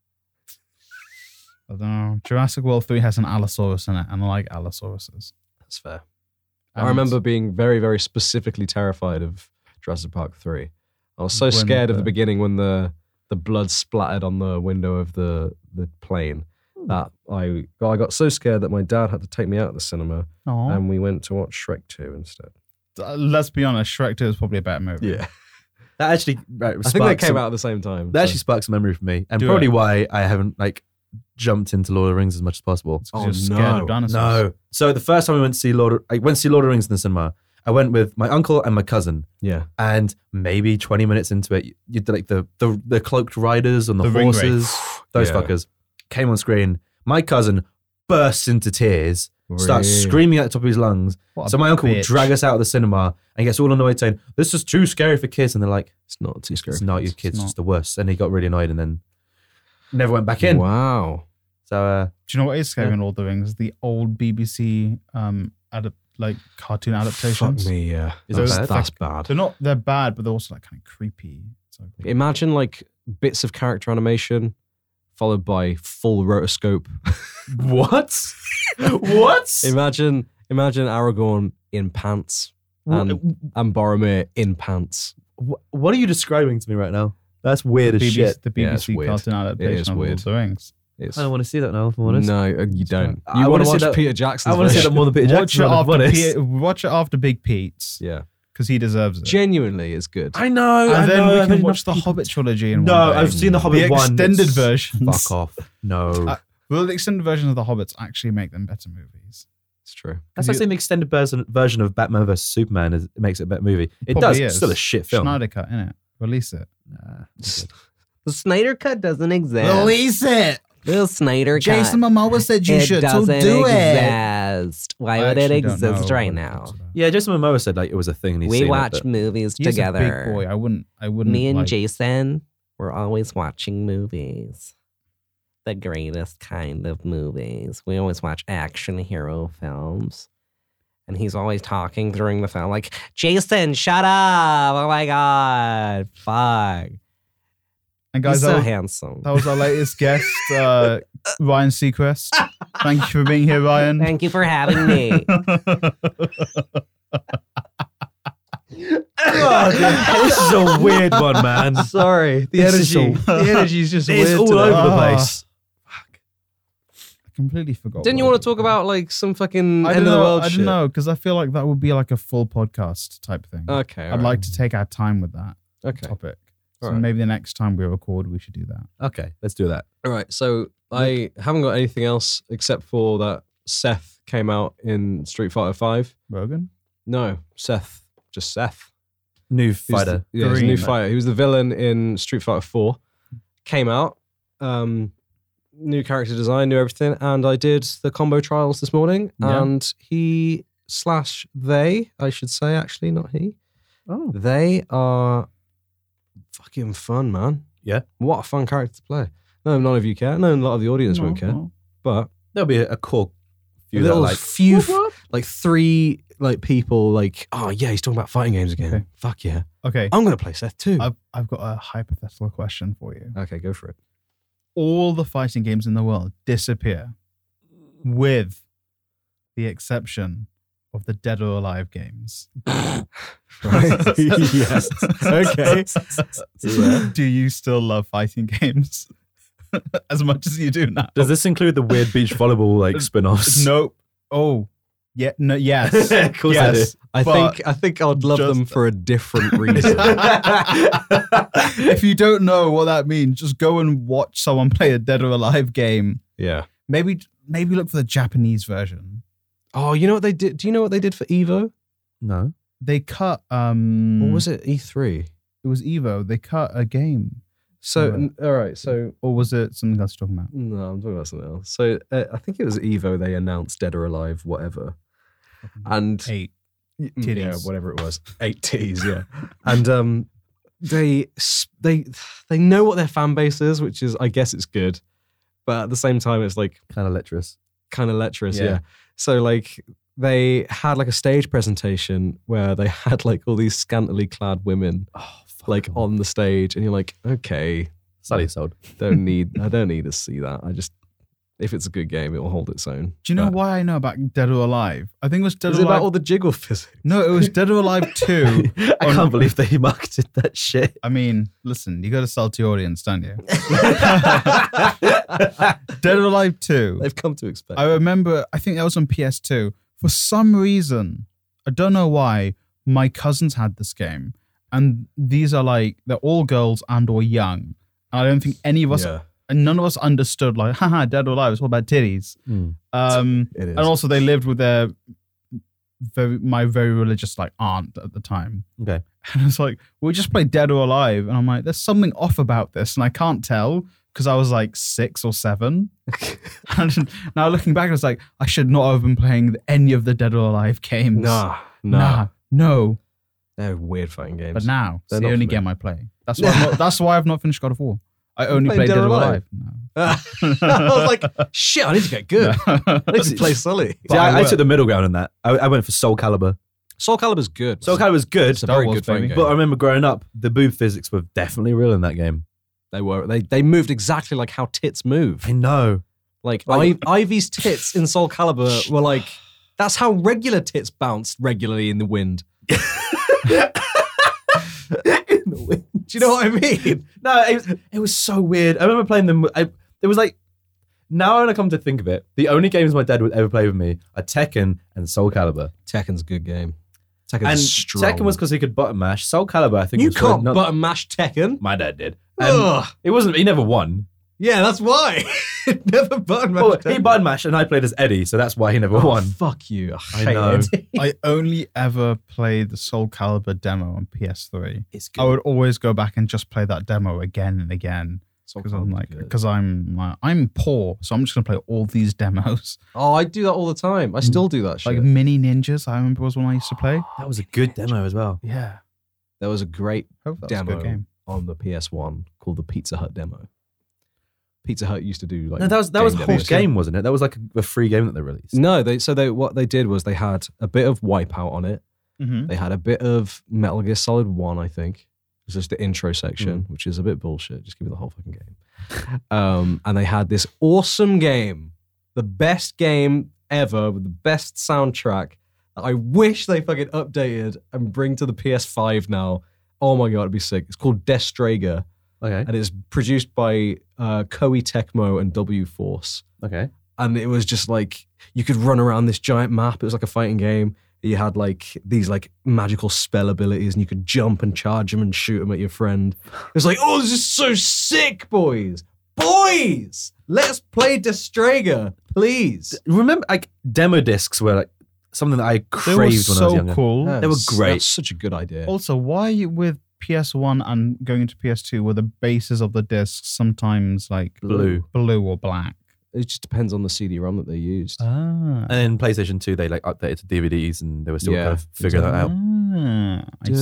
S4: I don't know. Jurassic World 3 has an Allosaurus in it, and I like Allosauruses.
S1: That's fair. I
S4: And
S1: remember being very, very specifically terrified of Jurassic Park 3. I was so
S4: When
S1: scared of
S4: the-
S1: the beginning when the, the blood splattered on the window of the, the plane that I, I got so scared that my dad had to take me out of the cinema
S4: Aw.
S1: and we went to watch Shrek 2 instead.
S4: Uh, let's be honest, Shrek 2 is probably a better movie.
S3: That actually, right,
S1: I think they
S3: sparked
S1: came
S3: some-
S1: out at the same time.
S3: That
S1: so-
S3: actually sparked a memory for me, and
S4: Do
S3: probably
S4: it.
S3: why I haven't like jumped into Lord of the Rings as much as possible.
S4: Because
S1: Oh,
S4: you're scared
S1: no.
S4: of dinosaurs.
S3: No. So the first time we went to see Lord, of- I went to see Lord of the Rings in the cinema. I went with my uncle and my cousin,
S1: yeah.
S3: and maybe twenty minutes into it, you, you did like the, the the cloaked riders and the,
S4: The ring race.
S3: horses, those
S1: Yeah.
S3: fuckers, came on screen. My cousin bursts into tears, starts
S1: Really?
S3: screaming at the top of his lungs.
S4: What a
S3: So my uncle will
S4: bitch.
S3: drag us out of the cinema and gets all annoyed, saying, "This is too scary for kids." And they're like,
S1: It's not too scary.
S3: "It's not your
S1: It's
S3: kids,
S4: not.
S3: it's the worst." And he got really annoyed, and then never went back in.
S1: Wow.
S3: So uh,
S4: Do you know what is scary
S3: Yeah.
S4: in Lord of the Rings? The old BBC um, adap- like cartoon adaptations.
S1: Fuck me, yeah.
S3: Is
S1: that's,
S3: it bad?
S1: that's bad.
S4: They're not they're bad, but they're also like kind of creepy. So
S1: Imagine like bits of character animation followed by full rotoscope.
S3: what? what?
S1: Imagine imagine Aragorn in pants
S3: Wh-
S1: and Boromir in pants.
S3: wh- what are you describing to me right now? That's weird as
S4: BBC,
S3: shit.
S4: the
S1: Yeah, it's
S4: BBC
S1: weird.
S4: cartoon adaptation
S1: is
S4: of Lord
S1: weird.
S4: of the Rings.
S1: It's,
S3: I don't want to see that now. If I'm honest,
S1: no, uh, you don't.
S3: I
S1: You want
S3: wanna
S1: to
S3: see
S1: watch
S3: that-
S1: Peter Jackson's
S3: I want to see
S1: version.
S3: that more than Peter
S4: Watch it,
S3: Jackson. if I'm
S4: after
S3: honest.
S4: Pe- watch it after Big Pete's
S1: Yeah.
S4: because he deserves it.
S1: Genuinely, it's good.
S3: I know. Oh, I
S4: and then
S3: know,
S4: we
S3: I've
S4: can
S3: had
S4: watch the
S3: enough people-
S4: Hobbit trilogy. In
S3: No,
S4: one day.
S3: I've seen the Hobbit
S4: the
S3: one.
S4: extended
S3: It's-
S4: version.
S3: Fuck off. No.
S4: I- Well, the extended versions of the Hobbits actually make them better movies.
S1: It's true.
S3: That's like saying the extended version version of Batman vs Superman is, it makes it a better movie. It
S4: Probably
S3: does.
S4: is.
S3: It's still a shit film.
S4: Schneider cut in it. Release it.
S3: Nah.
S1: The Snyder Cut doesn't exist.
S4: Release it.
S1: The Snyder
S4: Momoa said
S1: exist. Why
S3: Yeah, Jason Momoa said like it was a thing. And he's seen it, but-
S1: movies
S4: He's a big boy. I wouldn't. I wouldn't. like,
S1: Jason were always watching movies. The greatest kind of movies. We always watch action hero films. And he's always talking during the film, like, Jason, shut up. Oh my God. Fuck.
S4: And guys,
S1: he's
S4: that
S1: so
S4: was,
S1: handsome.
S4: that was our latest guest, uh, Ryan Seacrest. Thank you for being here, Ryan.
S1: Thank you for having me.
S3: God, Oh, this is a weird one, man.
S1: Sorry. The
S3: This is
S1: energy.
S3: all-
S1: the energy is just
S3: It's
S1: weird
S3: all
S1: today.
S3: over the
S4: Ah.
S3: place.
S4: I completely forgot.
S1: Didn't you
S4: what
S1: want
S4: it
S1: to talk
S4: was.
S1: about like some fucking
S4: I
S1: end of
S4: don't know.
S1: the world
S4: I
S1: shit?
S4: don't know because I feel like that would be like a full podcast type thing.
S1: Okay.
S4: I'd
S1: alright.
S4: like to take our time with that
S1: Okay.
S4: topic. So
S1: Alright.
S4: maybe the next time we record, we should do that.
S3: Okay, let's do that.
S1: All right, so I haven't got anything else except for that Seth came out in Street Fighter Five.
S4: Rogan.
S1: No, Seth, just Seth.
S3: New
S1: He's the-
S3: fighter.
S1: yeah, he's a new
S4: Green.
S1: fighter. He was the villain in Street Fighter Four. Came out, um, new character design, new everything, and I did the combo trials this morning,
S4: Yeah.
S1: and he slash they, I should say, actually not he.
S3: Oh.
S1: They are fucking fun, man.
S3: Yeah.
S1: What a fun character to play. No, none of you care. No, a lot of the audience
S4: No,
S1: won't care.
S4: no.
S1: But
S3: There'll be a, a core few
S1: a
S3: that are
S1: little
S3: like
S1: few, f- like three, like people, like, oh yeah, he's talking about fighting games again.
S4: Okay.
S1: Fuck yeah,
S4: Okay.
S1: I'm gonna play Seth too.
S4: I've, I've got a hypothetical question for you.
S1: okay, go for it.
S4: All the fighting games in the world disappear with the exception of the Dead or Alive games.
S1: Right?
S3: Yes.
S4: Okay.
S3: Yeah.
S4: Do you still love fighting games as much as you do now?
S3: Does this include the weird beach volleyball like spin-offs?
S4: Nope. Oh, yeah. No. Yes.
S3: Of course I
S4: yes.
S1: I
S4: But
S1: think I think I'd love
S4: just-
S1: them for a different reason.
S4: if you don't know what that means, just go and watch someone play a Dead or Alive game.
S1: yeah,
S4: Maybe, maybe look for the Japanese version.
S1: Oh, you know what they did? Do you know what they did for Evo?
S3: No.
S4: They cut. Um,
S1: Or was it E E3?
S4: It was Evo. They cut a game,
S1: So,
S4: Right.
S1: n- all right. So,
S4: or was it something else you're talking about?
S1: no, I'm talking about something else. So, uh, I think it was Evo. They announced Dead or Alive, whatever, and
S4: Eight.
S1: Y-
S4: titties.
S1: yeah, whatever it was, eight T's, yeah. and um, they s- they they know what their fan base is, which is, I guess, it's good, but at the same time, it's like
S3: Kind of lecherous.
S1: kind of lecherous.
S3: Yeah.
S1: Yeah. So like they had like a stage presentation where they had like all these scantily clad women
S3: Oh, fuck.
S1: like on the stage, and you're like, okay,
S3: Sally sold.
S1: don't need, I don't need to see that. I just if it's a good game, it'll hold its own.
S4: Do you know
S1: But-
S4: why I know about Dead or Alive? I think it was Dead
S1: Is
S4: or
S1: it
S4: Alive.
S1: about all the jiggle physics?
S4: no, it was Dead or Alive Two.
S3: I
S4: Oh, no.
S3: can't believe they marketed that shit.
S4: I mean, listen, you got to sell to your audience, don't you?
S1: They've
S4: Dead or Alive Two.
S1: come to expect.
S4: I remember. I think that was on PS2. For some reason, I don't know why, my cousins had this game, and these are like they're all girls and or young. And I don't think any of us,
S1: yeah,
S4: and none of us understood. Like, haha, Dead or Alive. It's all about titties.
S3: Mm.
S4: Um,
S1: it is.
S4: and also, they lived with their very my very religious like aunt at the time.
S3: Okay.
S4: And I was like, we'll just play Dead or Alive. And I'm like, there's something off about this. And I can't tell because I was like six or seven. and now looking back, I was like, I should not have been playing any of the Dead or Alive games.
S1: Nah, nah,
S4: Nah. No.
S1: They're weird fighting games.
S4: But now, it's
S1: They're
S4: the
S1: not
S4: only
S1: for me.
S4: game I play. That's why, I'm not, that's why I've not finished God of War. I only
S1: playing
S4: played Dead, or Alive.
S1: I
S4: No.
S1: was like, shit, I need to get good. I need to play Sully.
S3: See,
S4: I
S3: I, I
S4: will.
S3: took the middle ground on that. I, I went for Soul Calibur.
S1: Soul Calibur's good.
S3: Soul Calibur's good,
S1: It's a
S4: Star
S1: very
S4: Wars,
S1: good fighting
S4: baby. um,
S1: game.
S3: but I remember growing up, the boob physics were definitely real in that game.
S1: They were they they moved exactly like how tits move.
S3: I know.
S1: Like,
S3: Like-
S1: I, Ivy's tits in Soul Calibur were like that's how regular tits bounced regularly in the wind. Do you know what I mean?
S3: No, it was, it was so weird. I remember playing them. I, it was like, now when I come to think of it, the only games my dad would ever play with me are Tekken and Soul Calibur.
S1: Tekken's a good game. Tekken's
S3: and
S1: strong.
S3: Tekken was because he could button mash. Soul Calibur, I think,
S1: you
S3: was for
S1: can't
S3: not-
S1: button mash Tekken.
S3: My dad did. And
S1: Ugh.
S3: it wasn't. He never won.
S1: Yeah, that's why. Never button mash.
S3: Oh,
S1: Tekken.
S3: he button mashed, and I played as Eddie, so that's why he never
S1: Oh,
S3: won.
S1: Fuck you. I,
S3: I
S1: hate
S3: know.
S1: it.
S4: I only ever played the Soul Calibur demo on PS3.
S3: It's
S4: I would always go back and just play that demo again and again because I'm like because I'm like, I'm poor, so I'm just gonna play all these demos.
S1: oh, I do that all the time. I still do that shit.
S4: Like Mini Ninjas, I remember was one I used to play.
S3: That was a good demo as well.
S4: Yeah,
S1: there was a great
S4: hope that was a
S1: demo
S4: good game.
S1: on the PS1 called the Pizza Hut demo. Pizza Hut used to do like
S3: No, that was that
S1: game Mm.
S3: was the whole
S1: demos.
S3: game, wasn't it? That was like a, a free game that they released.
S1: No, they so they what they did was they had a bit of Wipeout on it.
S4: Mm-hmm.
S1: They had a bit of Metal Gear Solid One, I think. It was just the intro section, which is a bit bullshit. Just give me the whole fucking game. um, and they had this awesome game, the best game ever with the best soundtrack. that I wish they fucking updated and bring to the PS5 now. Oh my god, it'd be sick. It's called Destrager.
S3: Okay.
S1: and it's produced by uh, Koei Tecmo and W Force.
S3: Okay.
S1: And it was just like you could run around this giant map. It was like a fighting game. You had like these like magical spell abilities, and you could jump and charge them and shoot them at your friend. It was like, oh, this is so sick, boys, boys. Let's play Destrager, please.
S3: Remember, like demo discs were like something that I
S4: They
S3: craved
S4: were
S3: when I was
S4: so
S3: younger.
S4: cool.
S1: They
S3: were great.
S1: That's such a good idea.
S4: Also, why are you with PS1 and going into PS2 were the bases of the discs sometimes like
S3: Blue.
S4: blue or black?
S1: It just depends on the CD-ROM that they used.
S4: Ah,
S3: And then PlayStation Two, they like updated to DVDs, and they were still
S1: Yeah,
S3: kind of figuring that out.
S4: Ah, I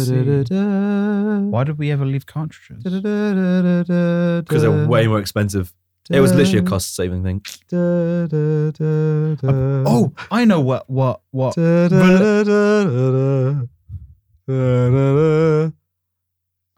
S4: see. Why did we ever leave cartridges?
S3: Because
S1: Because
S3: they're way more expensive. It was literally a cost saving thing.
S1: Da, da, da, da.
S4: Oh, I know what what what.
S1: Da, da, da, da, da, da, da, da.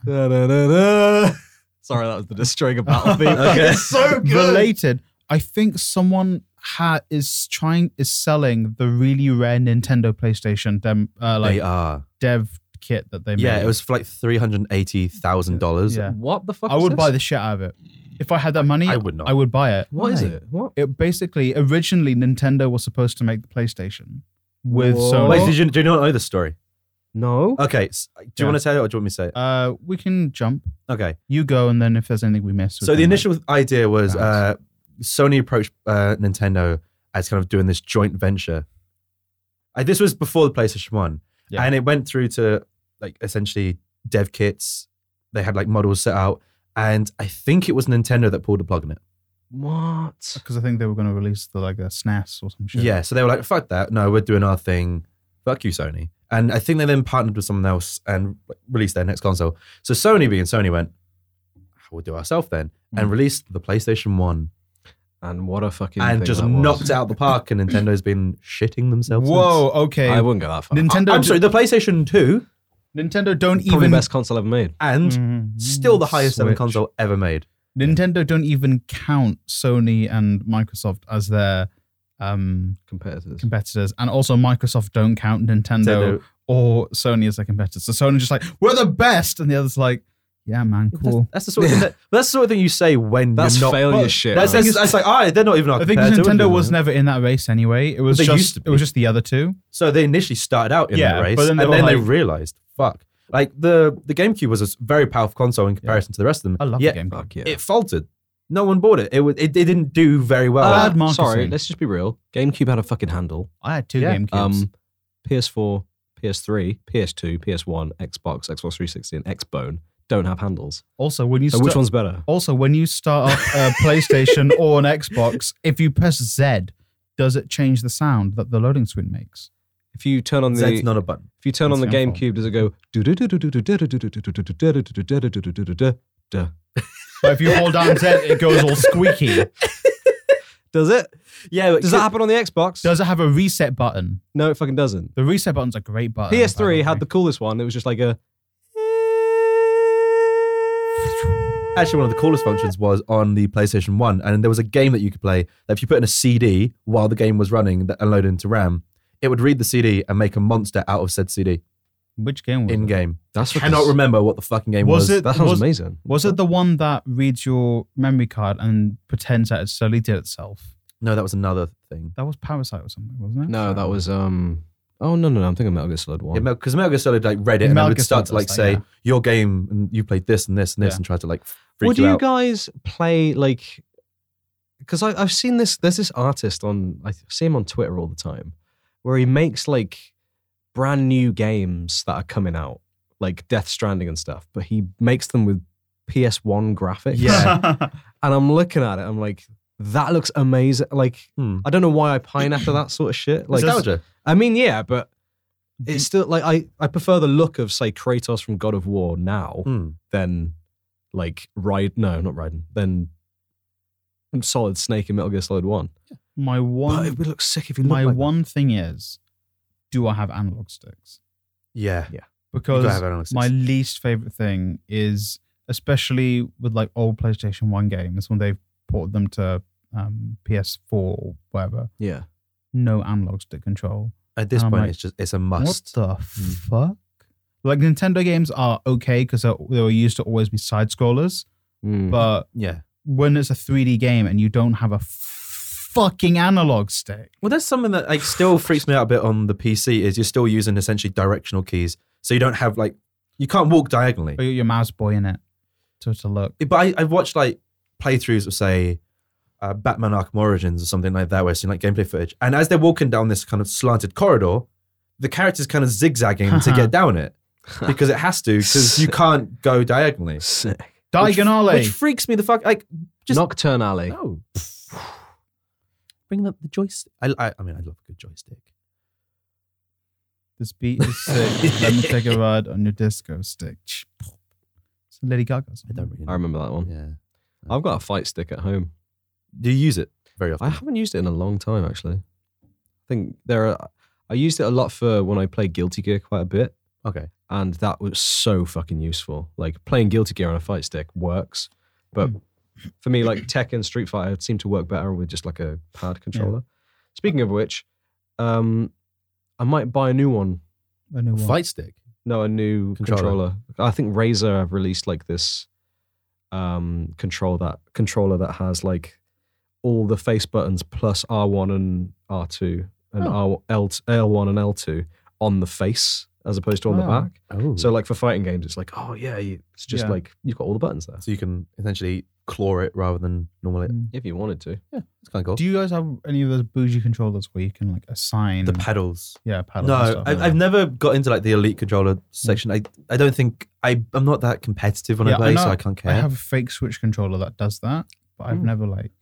S1: Da, da, da, da. Sorry, that was the Destroyer battle theme.
S3: Okay.
S1: It's so good.
S4: Related, I think someone ha- is trying is selling the really rare Nintendo PlayStation dem- uh, like
S3: they are.
S4: dev kit that they made.
S3: Yeah, it was for like three hundred eighty thousand dollars.
S4: Yeah.
S1: What the fuck?
S4: I
S1: is
S4: would
S1: this?
S4: buy the shit out of it if I had that money.
S3: I would not.
S4: I would buy it.
S1: What is
S3: Why?
S1: it? What?
S4: It basically originally Nintendo was supposed to make the PlayStation with
S1: Whoa.
S4: Sony.
S3: Wait, did you, do you not know the story?
S1: No.
S3: Okay, s- do you
S4: Yeah.
S3: want to tell it or do you want me to say it?
S4: uh, we can jump.
S3: Okay.
S4: You go, and then if there's anything we missed. we
S3: So the
S4: can, like-
S3: initial idea was
S4: Nice.
S3: uh, Sony approached uh, Nintendo as kind of doing this joint venture Like, this was before the PlayStation One,
S4: Yeah.
S3: and it went through to like essentially dev kits. They had like models set out, and I think it was Nintendo that pulled the plug on it.
S1: What?
S4: because I think they were going to release the like a SNES or some shit.
S3: Yeah, so they were like, "Fuck that! No, we're doing our thing. Fuck you, Sony." And I think they then partnered with someone else and like, released their next console. So Sony, being Sony, went, "We'll do ourselves then,"
S4: Mm.
S3: and released the PlayStation One,
S1: And what a fucking
S3: and
S1: thing
S3: just
S1: that was.
S3: knocked it out of the park. And Nintendo's been shitting themselves.
S4: Whoa. Okay.
S1: I wouldn't go that far.
S3: since.
S4: Nintendo.
S3: I'm sorry, the PlayStation Two,
S4: Nintendo don't
S1: Probably
S4: even.
S1: the best console ever made.
S3: and
S4: Mhm.
S3: still the highest selling
S4: Switch.
S3: console ever made.
S4: Nintendo don't even count Sony and Microsoft as their um,
S1: Competitors.
S4: competitors, and also Microsoft don't count Nintendo
S3: Nintendo-
S4: or Sony as their competitors. So Sony just like we're the best, and the other's like, yeah, man, cool.
S3: That's, that's the sort of
S1: Yeah.
S3: thing, that's the sort of thing you say when
S1: That's
S3: you're not.
S1: failure
S3: well,
S1: shit.
S3: That's,
S1: man.
S3: that's, that's like, all right, they're not even. Our
S4: I think
S3: competitor, we're
S4: Nintendo
S3: doing
S4: was
S3: it.
S4: never in that race anyway. It was
S3: They
S4: just
S3: used to be.
S4: it was just the other two.
S3: So they initially started out in
S4: Yeah,
S3: the race,
S4: but then they
S3: and
S4: were
S3: then they
S4: like-
S3: realized, fuck, like the the GameCube was a s- very powerful console in comparison to the rest of them.
S4: I love
S3: yet
S4: the game.
S1: Fuck yeah.
S3: It faltered. No one bought it. It was it, it didn't do very well.
S4: Uh, Bad marketing.
S1: sorry, let's just be real. GameCube had a fucking handle.
S4: I had two
S3: Yeah.
S4: GameCubes.
S1: Um, PS4, PS3, PS2, PS1, Xbox, Xbox 360, and Xbone don't have handles.
S4: also, when you
S1: So
S4: sta-
S1: which one's better?
S4: also when you start up a PlayStation or an Xbox, if you press Z, does it change the sound that the loading screen makes?
S1: If you turn on the
S3: That's not a button.
S1: if you turn on the
S4: That's my fault.
S1: GameCube, does it go? Does
S4: But if you hold down Z, it goes all squeaky.
S1: it?
S3: Yeah,
S1: Does that happen on the Xbox?
S4: Does it have a reset button?
S1: No, it fucking doesn't.
S4: The reset button's a great button.
S1: PS3 had the coolest one. It was just like a
S3: Actually, one of the coolest functions was on the PlayStation One, and there was a game that you could play. That if you put in a CD while the game was running that and loaded into RAM, it would read the CD and make a monster out of said CD
S4: Which game was
S3: in
S4: it?
S3: game.
S1: that's
S3: I cannot remember what the fucking game was.
S4: Was it-
S1: That sounds
S4: Was-
S1: amazing.
S4: Was it the one that reads your memory card and pretends that it's deleted itself?
S3: No, that was another thing.
S4: That was Parasite or something, wasn't it?
S1: No, that was um. Oh no no no! I'm thinking Metal Gear Solid One.
S3: Because Metal Gear Solid like read it and
S4: Metal
S3: it would
S4: Gear
S3: start to
S4: Solid
S3: like
S4: does that,
S3: say
S4: yeah.
S3: your game and you played this and this and this
S4: Yeah.
S3: and try to like freak
S1: Would
S3: you,
S1: you
S3: out.
S1: guys play like? Because I've seen this. There's this artist on. I see him on Twitter all the time, where he makes like brand new games that are coming out, like Death Stranding and stuff. But he makes them with PS1 graphics.
S4: Yeah.
S1: And I'm looking at it. I'm like, that looks amazing. Like,
S3: Hmm.
S1: I don't know why I pine after that sort of shit. Like,
S3: Nostalgia.
S1: I mean, yeah, but it's still like I, I prefer the look of say Kratos from God of War now
S3: Hmm.
S1: than like Ride no, not Raiden, then Solid Snake in Metal Gear Solid One.
S4: my
S1: But
S4: one
S1: it would look sick if you looked
S4: my
S1: like that.
S4: one thing is, do I have analog sticks?
S3: Yeah. You gotta
S4: Because
S3: have analog sticks.
S4: my least favorite thing is especially with like old PlayStation 1 games when they've ported them to um, PS4 or whatever,
S1: Yeah.
S4: no analog stick control.
S3: At this
S4: and I'm
S3: point,
S4: like,
S3: it's just it's a must.
S4: What the
S1: Mm.
S4: fuck? Like Nintendo games are okay because they were used to always be side scrollers,
S3: Mm-hmm.
S1: Mm.
S4: but
S3: Yeah.
S4: when it's a 3D game and you don't have a f- fucking analog stick,
S3: Well, that's something that like still freaks me out a bit on the PC is you're still using essentially directional keys, so you don't have like you can't walk diagonally.
S4: but you're your mouse boy in it to, to look.
S3: But I, I've watched like playthroughs of say uh, Batman Arkham Origins or something like that, where I've seen like gameplay footage, and as they're walking down this kind of slanted corridor, the character's kind of zigzagging to get down it because it has to because you can't go diagonally.
S1: Sick.
S4: Diagonale.
S3: Which freaks me the fuck. Like, just-
S1: Nocturnally.
S4: Ah.
S3: no. Bring up the joystick. I, I, I mean, I love a good joystick.
S4: This beat is sick. Let me take a ride on your disco stick. It's a Lady Gaga. song.
S3: I don't really.
S1: I remember that one.
S3: Yeah.
S1: I've got a fight stick at home.
S3: Do you use it very often?
S1: I haven't used it in a long time actually. I think there are I used it a lot for when I played Guilty Gear quite a bit.
S3: okay.
S1: and that was so fucking useful. Like playing Guilty Gear on a fight stick works, but for me, like Tekken, Street Fighter seem to work better with just like a pad controller. Speaking of which, um, I might buy a new one.
S4: I know what.
S3: Fight stick.
S1: No, a new
S3: Controller.
S1: controller. I think Razer have released like this um control that controller that has like all the face buttons plus R1 and R2 and R L L1 and L2 on the face as opposed to on the
S4: Oh.
S1: back.
S3: Oh.
S1: So like for fighting games, it's like, oh yeah, you, it's just
S4: Yeah.
S1: like you've got all the buttons there.
S3: so you can essentially claw it rather than normal it.
S1: If you wanted to.
S3: It's kind of cool.
S4: Mm. Do you guys have any of those bougie controllers where you can like assign
S3: the pedals.
S4: yeah Mm. paddles? and
S3: No,
S4: stuff?
S3: I, I've never got into like the elite controller section. I, I don't think I I'm not that competitive when
S4: Yeah,
S3: I
S4: I
S3: play,
S4: know.
S3: so I can't care.
S4: I have a fake Switch controller that does that, but I've
S1: Hmm.
S4: never like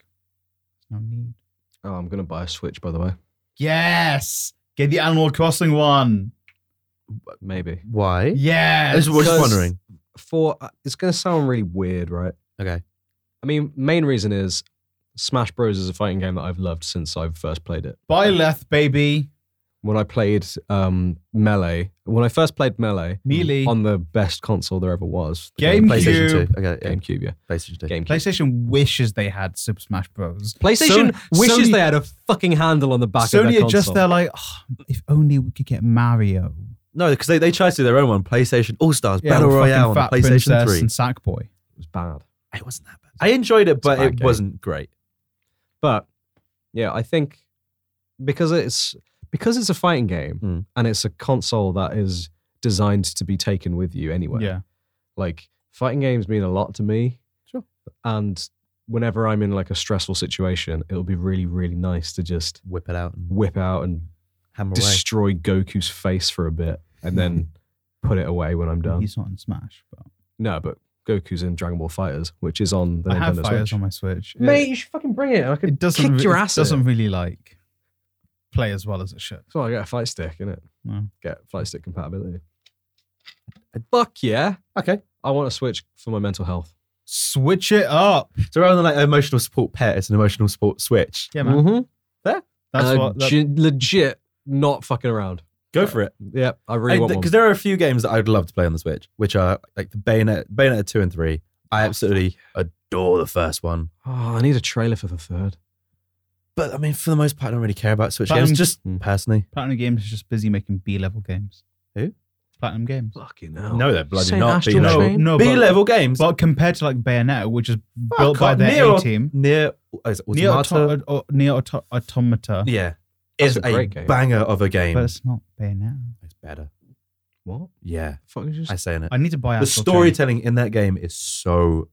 S4: no need.
S1: Oh, I'm going to buy a Switch, by the way.
S4: Yes, get the Animal Crossing one.
S1: Maybe.
S3: Why? Hmm? I
S4: Yes,
S3: was just
S1: Because-
S3: wondering.
S1: For, uh, it's going to sound really weird, right?
S3: Okay.
S1: I mean, main reason is Smash Bros. is a fighting game that I've loved since I first played it.
S4: by Leth baby.
S1: When I played um, Melee, when I first played Melee
S4: Mm. Melee.
S1: on the best console there ever was, the
S4: Game
S3: PlayStation
S4: Cube.
S3: Two. Okay. Yeah,
S1: GameCube, yeah,
S3: PlayStation Two.
S1: GameCube.
S4: PlayStation wishes they had Super Smash Bros.
S1: PlayStation
S4: Sony-
S1: wishes
S4: Sony-
S1: they had a fucking handle on the back of
S4: Sony
S1: their
S4: are just
S1: console.
S4: there like, "Oh, if only we could get Mario.
S3: No, because they, they tried to do their own one. PlayStation All Stars
S4: Yeah,
S3: Battle
S4: and fucking
S3: Royale on
S4: Fat
S3: PlayStation
S4: Princess
S3: Three.
S4: and Sackboy.
S1: It was bad.
S3: It wasn't that bad. I enjoyed it, but
S1: bad
S3: it
S1: game.
S3: wasn't great.
S1: But yeah, I think because it's because it's a fighting game
S3: Mm.
S1: and it's a console that is designed to be taken with you anyway.
S4: Yeah,
S1: Like fighting games mean a lot to me.
S3: Sure.
S1: And whenever I'm in like a stressful situation, it'll be really, really nice to just
S3: Whip it out and
S1: whip out and
S3: hammer away.
S1: destroy Goku's face for a bit and then put it away when I'm done.
S4: he's not in Smash, but
S1: No, but Goku's in Dragon Ball Fighters, which is on the
S4: I have
S1: Nintendo
S4: fires
S1: Switch.
S4: on my Switch. It-
S1: Mate, you should fucking bring it. I could
S4: it doesn't
S1: kick
S4: re-
S1: your
S4: it
S1: ass in
S4: doesn't really like play as well as it should.
S1: So I get a flight stick, innit?
S4: No.
S1: Get flight stick compatibility. Fuck yeah.
S3: Okay.
S1: I want a Switch for my mental health.
S4: Switch it up.
S3: So rather than like emotional support pet, it's an emotional support switch.
S4: Yeah, man.
S1: Mm-hmm.
S4: That's
S1: uh,
S4: what that,
S1: legit not fucking around.
S3: Go for it.
S1: Yep, I really want
S3: Because
S1: one.
S3: there are a few games that I'd love to play on the Switch, which are like the Bayonet, Bayonetta two and three. I absolutely adore the first one,
S1: Oh, I need a trailer for the third.
S3: but I mean, for the most part, I don't really care about Switch
S4: Platinum-
S3: games. Just
S1: Mm.
S3: personally,
S4: Platinum Games is just busy making B level games.
S3: Who?
S4: Platinum Games.
S1: Fucking hell.
S3: they're bloody
S1: Saint
S3: not
S1: Astral
S3: B level.
S1: Chain?
S4: no,
S3: B
S4: but,
S3: level games.
S4: but compared to like Bayonetta, which is
S3: Fuck
S4: built by
S3: off,
S4: their
S3: Neo-
S4: A team,
S3: near oh, is it
S4: Neo, Auto-
S3: Automata?
S4: Au- Neo Auto- Automata,
S3: yeah,
S1: That's
S3: is
S1: a
S3: a,
S1: great game.
S3: banger of a game.
S4: but it's not Bayonetta.
S3: it's better.
S1: What?
S3: Yeah,
S1: Fuck, you just...
S3: I say it.
S4: I need to buy
S3: the
S4: Astral Chain.
S3: storytelling in that game is so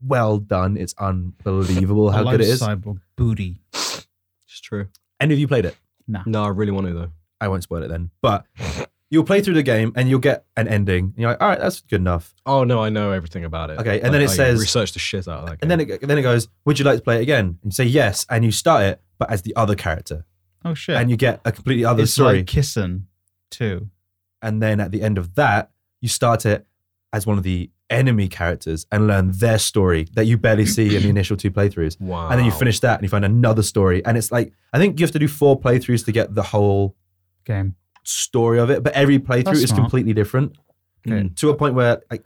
S3: well done. It's unbelievable
S4: I
S3: how
S4: love
S3: good it is.
S4: Cyborg booty.
S1: It's true.
S3: Any of you played it?
S4: Nah.
S1: No, I really want to, though.
S3: I won't spoil it then. But you'll play through the game and you'll get an ending. And you're like, all right, that's good enough.
S1: Oh, no, I know everything about it.
S3: Okay, and then it says-
S1: Research the shit out of that
S3: And then it then it goes, would you like to play it again? And you say yes, and you start it, but as the other character,
S4: Oh shit!
S3: and you get a completely other
S4: it's
S3: story.
S4: like Kissin too.
S3: and then at the end of that, you start it as one of the enemy characters and learn their story that you barely see in the initial two playthroughs.
S1: Wow.
S3: And then you finish that and you find another story. And it's like, I think you have to do four playthroughs to get the whole
S4: Game.
S3: story of it, but every playthrough
S4: That's
S3: is
S4: smart.
S3: completely different Mm.
S1: Okay.
S3: to a point where like,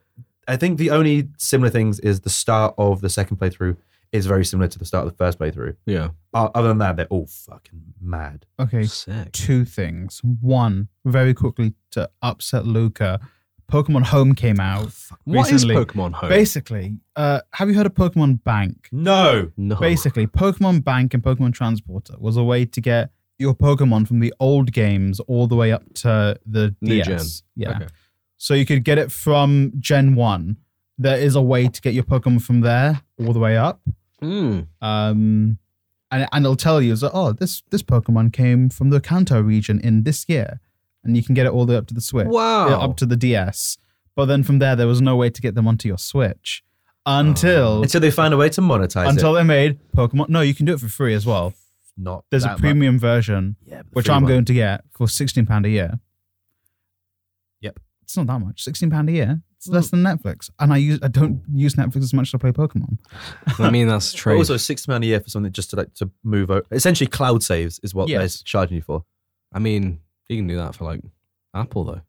S3: I think the only similar things is the start of the second playthrough is very similar to the start of the first playthrough.
S1: Yeah.
S3: O- Other than that, they're all fucking mad.
S4: Okay,
S1: Sick.
S4: two things. One, very quickly to upset Luca, Pokemon Home came out.
S1: What is
S4: recently.
S1: Pokemon Home?
S4: Basically, uh, have you heard of Pokemon Bank?
S3: No.
S1: no.
S4: Basically, Pokemon Bank and Pokemon Transporter was a way to get your Pokemon from the old games all the way up to the
S1: New
S4: DS. Yeah.
S1: Okay.
S4: So you could get it from Gen 1. There is a way to get your Pokemon from there all the way up.
S1: Mm.
S4: Um, and, and it'll tell you, it's like, oh, this, this Pokemon came from the Kanto region in this year. And you can get it all the way up to the Switch
S1: Wow.
S4: yeah, up to the DS. But then from there, there was no way to get them onto your Switch until
S3: Until they find a way to monetize
S4: until they made Pokemon. No, you can do it for free as well.
S3: it. Not
S4: There's a
S3: that much.
S4: premium version
S3: Yeah, but the
S4: which
S3: free
S4: I'm
S3: one.
S4: going to get for sixteen pound a year.
S3: Yep.
S4: it's not that much. Sixteen pound a year. It's less than Netflix, and I use I don't use Netflix as much as I play Pokemon.
S1: I mean, that's
S3: But
S1: true.
S3: also six pound a year for something just to like to move over. Essentially, cloud saves is what
S4: Yes.
S3: they're charging you for.
S1: I mean, you can do that for like Apple though,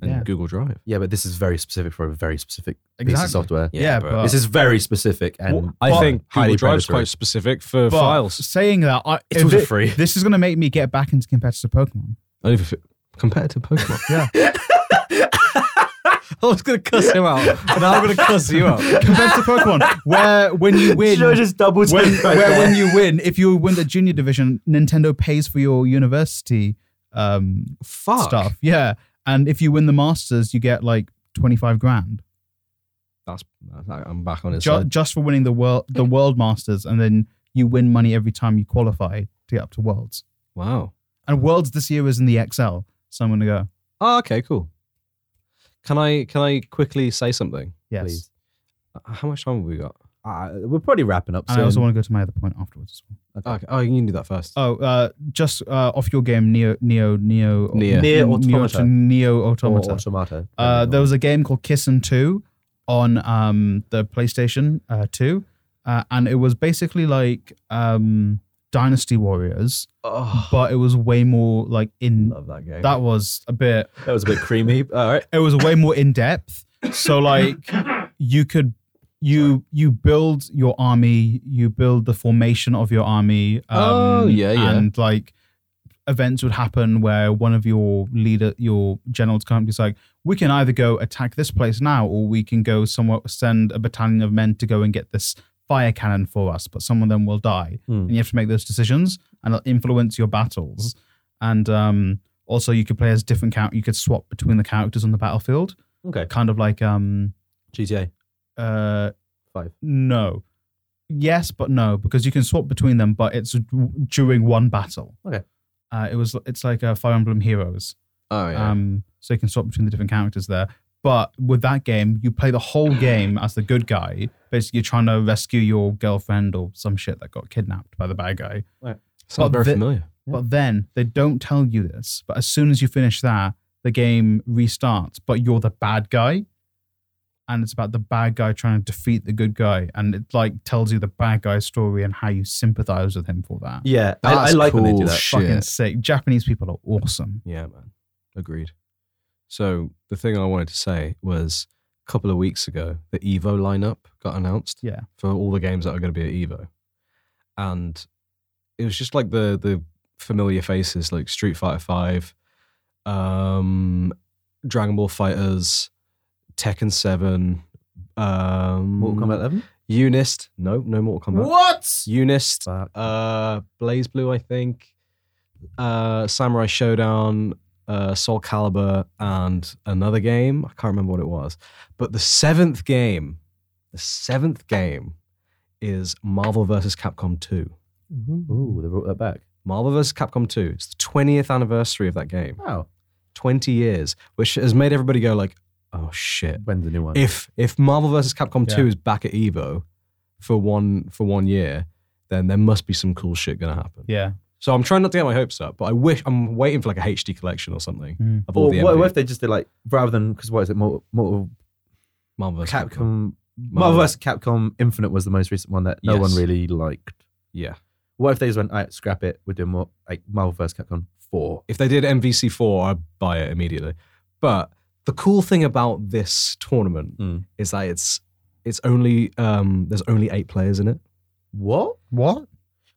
S1: and
S4: Yeah.
S1: Google Drive.
S3: Yeah, but this is very specific for a very specific piece of software.
S4: Yeah, but,
S3: This is very specific, and
S1: Well, I
S4: but-
S1: think Google
S3: highly
S1: Drive's
S3: predatory.
S1: quite specific for
S4: but
S1: files.
S4: Saying that, I,
S3: It's
S4: if
S3: also
S4: it-
S3: free.
S4: This is going to make me get back into competitive Pokemon.
S1: Only for fi- competitive Pokemon. I was gonna cuss him out, but now I'm gonna cuss you out.
S4: competitive Pokemon, where when you win,
S3: Should I just double
S4: when,
S3: tap right
S4: where
S3: there?
S4: when you win, if you win the junior division, Nintendo pays for your university um,
S1: Fuck.
S4: stuff. Yeah, and if you win the Masters, you get like twenty five grand.
S1: that's I'm back on his
S4: Ju-
S1: side.
S4: just for winning the world the world masters, and then you win money every time you qualify to get up to worlds.
S1: Wow.
S4: And worlds this year is in the XL, so I'm gonna go
S1: Oh, okay, cool. Can I can I quickly say something?
S4: yes.
S3: Please.
S1: How much time have we got?
S3: Uh, we're probably wrapping up
S4: And I
S3: soon.
S4: also want to go to my other point afterwards. as well.
S1: Oh, okay. Oh, you can do that first.
S4: Oh, uh, just uh, off your game, Neo, Neo, Neo,
S1: Neo.
S3: Neo
S4: Neo,
S3: Automata.
S4: Neo
S3: Or
S4: Automata.
S3: Automata.
S4: Uh, there was a game called Kissin' 2 on um, the PlayStation uh, 2. Uh, and it was basically like um, Dynasty Warriors,
S1: Oh,
S4: but it was way more like in.
S1: love that game.
S4: That was a bit.
S3: that was a bit creamy. All right.
S4: It was way more in depth. So like you could you you build your army, you build the formation of your army. Um,
S1: Oh, yeah, yeah.
S4: And like events would happen where one of your leader, your generals, can't be like, we can either go attack this place now, or we can go somewhere, send a battalion of men to go and get this fire cannon for us, but some of them will die,
S3: Hmm.
S4: and you have to make those decisions, and it'll influence your battles. And um, also, you could play as different characters. You could swap between the characters on the battlefield,
S3: Okay.
S4: kind of like um,
S3: GTA.
S4: uh,
S3: Five.
S4: No. Yes, but no, because you can swap between them, but it's w- during one battle.
S3: Okay.
S4: Uh, it was. It's like uh, Fire Emblem Heroes.
S1: oh yeah.
S4: Um, so you can swap between the different characters there. But with that game, you play the whole game as the good guy. Basically, you're trying to rescue your girlfriend or some shit that got kidnapped by the bad guy.
S1: Sounds
S4: but
S1: very
S4: the-
S1: familiar.
S4: But then they don't tell you this. But as soon as you finish that, the game restarts, but you're the bad guy. And it's about the bad guy trying to defeat the good guy. And it like tells you the bad guy's story and how you sympathize with him for that.
S3: Yeah. I, I
S1: That's
S3: like when they do
S1: cool.
S3: that.
S1: Shit.
S4: Fucking sick. Japanese people are awesome.
S1: Yeah, man. Agreed. So the thing I wanted to say was a couple of weeks ago, the Evo lineup got announced.
S4: Yeah.
S1: For all the games that are going to be at Evo, and it was just like the the familiar faces like Street Fighter Five, um, Dragon Ball Fighters, Tekken Seven, um,
S3: Mortal Kombat 11?
S1: Unist. No, no Mortal Kombat.
S3: What?
S1: Unist
S3: Fuck.
S1: uh Blaze Blue, I think, uh Samurai Showdown, uh Soul Calibur, and another game. I can't remember what it was. But the seventh game, the seventh game is Marvel vs. Capcom 2.
S3: Ooh, they brought that back.
S1: Marvel vs. Capcom 2. It's the 20th anniversary of that game.
S3: Wow.
S1: 20 years, which has made everybody go like, oh shit.
S3: When's the new one?
S1: If if Marvel vs. Capcom 2
S4: Yeah.
S1: is back at Evo for one for one year, then there must be some cool shit gonna happen.
S4: Yeah.
S1: So I'm trying not to get my hopes up, but I wish I'm waiting for like a HD collection or something
S4: Mm.
S1: of all
S3: or
S1: the
S3: Hmm. what,
S1: MV
S3: what if they just did like, rather than, because what is it, Mortal, Mortal
S1: Marvel vs. Capcom.
S3: Capcom, Marvel vs. Capcom Infinite was the most recent one that no
S1: Yes.
S3: one really liked.
S1: Yeah.
S3: What if they just went, all right, scrap it, we're doing more, like Marvel vs. Capcom 4.
S1: If they did MVC4, I'd buy it immediately. But the cool thing about this tournament
S3: Mm.
S1: is that it's it's only um there's only eight players in it.
S3: What?
S4: What?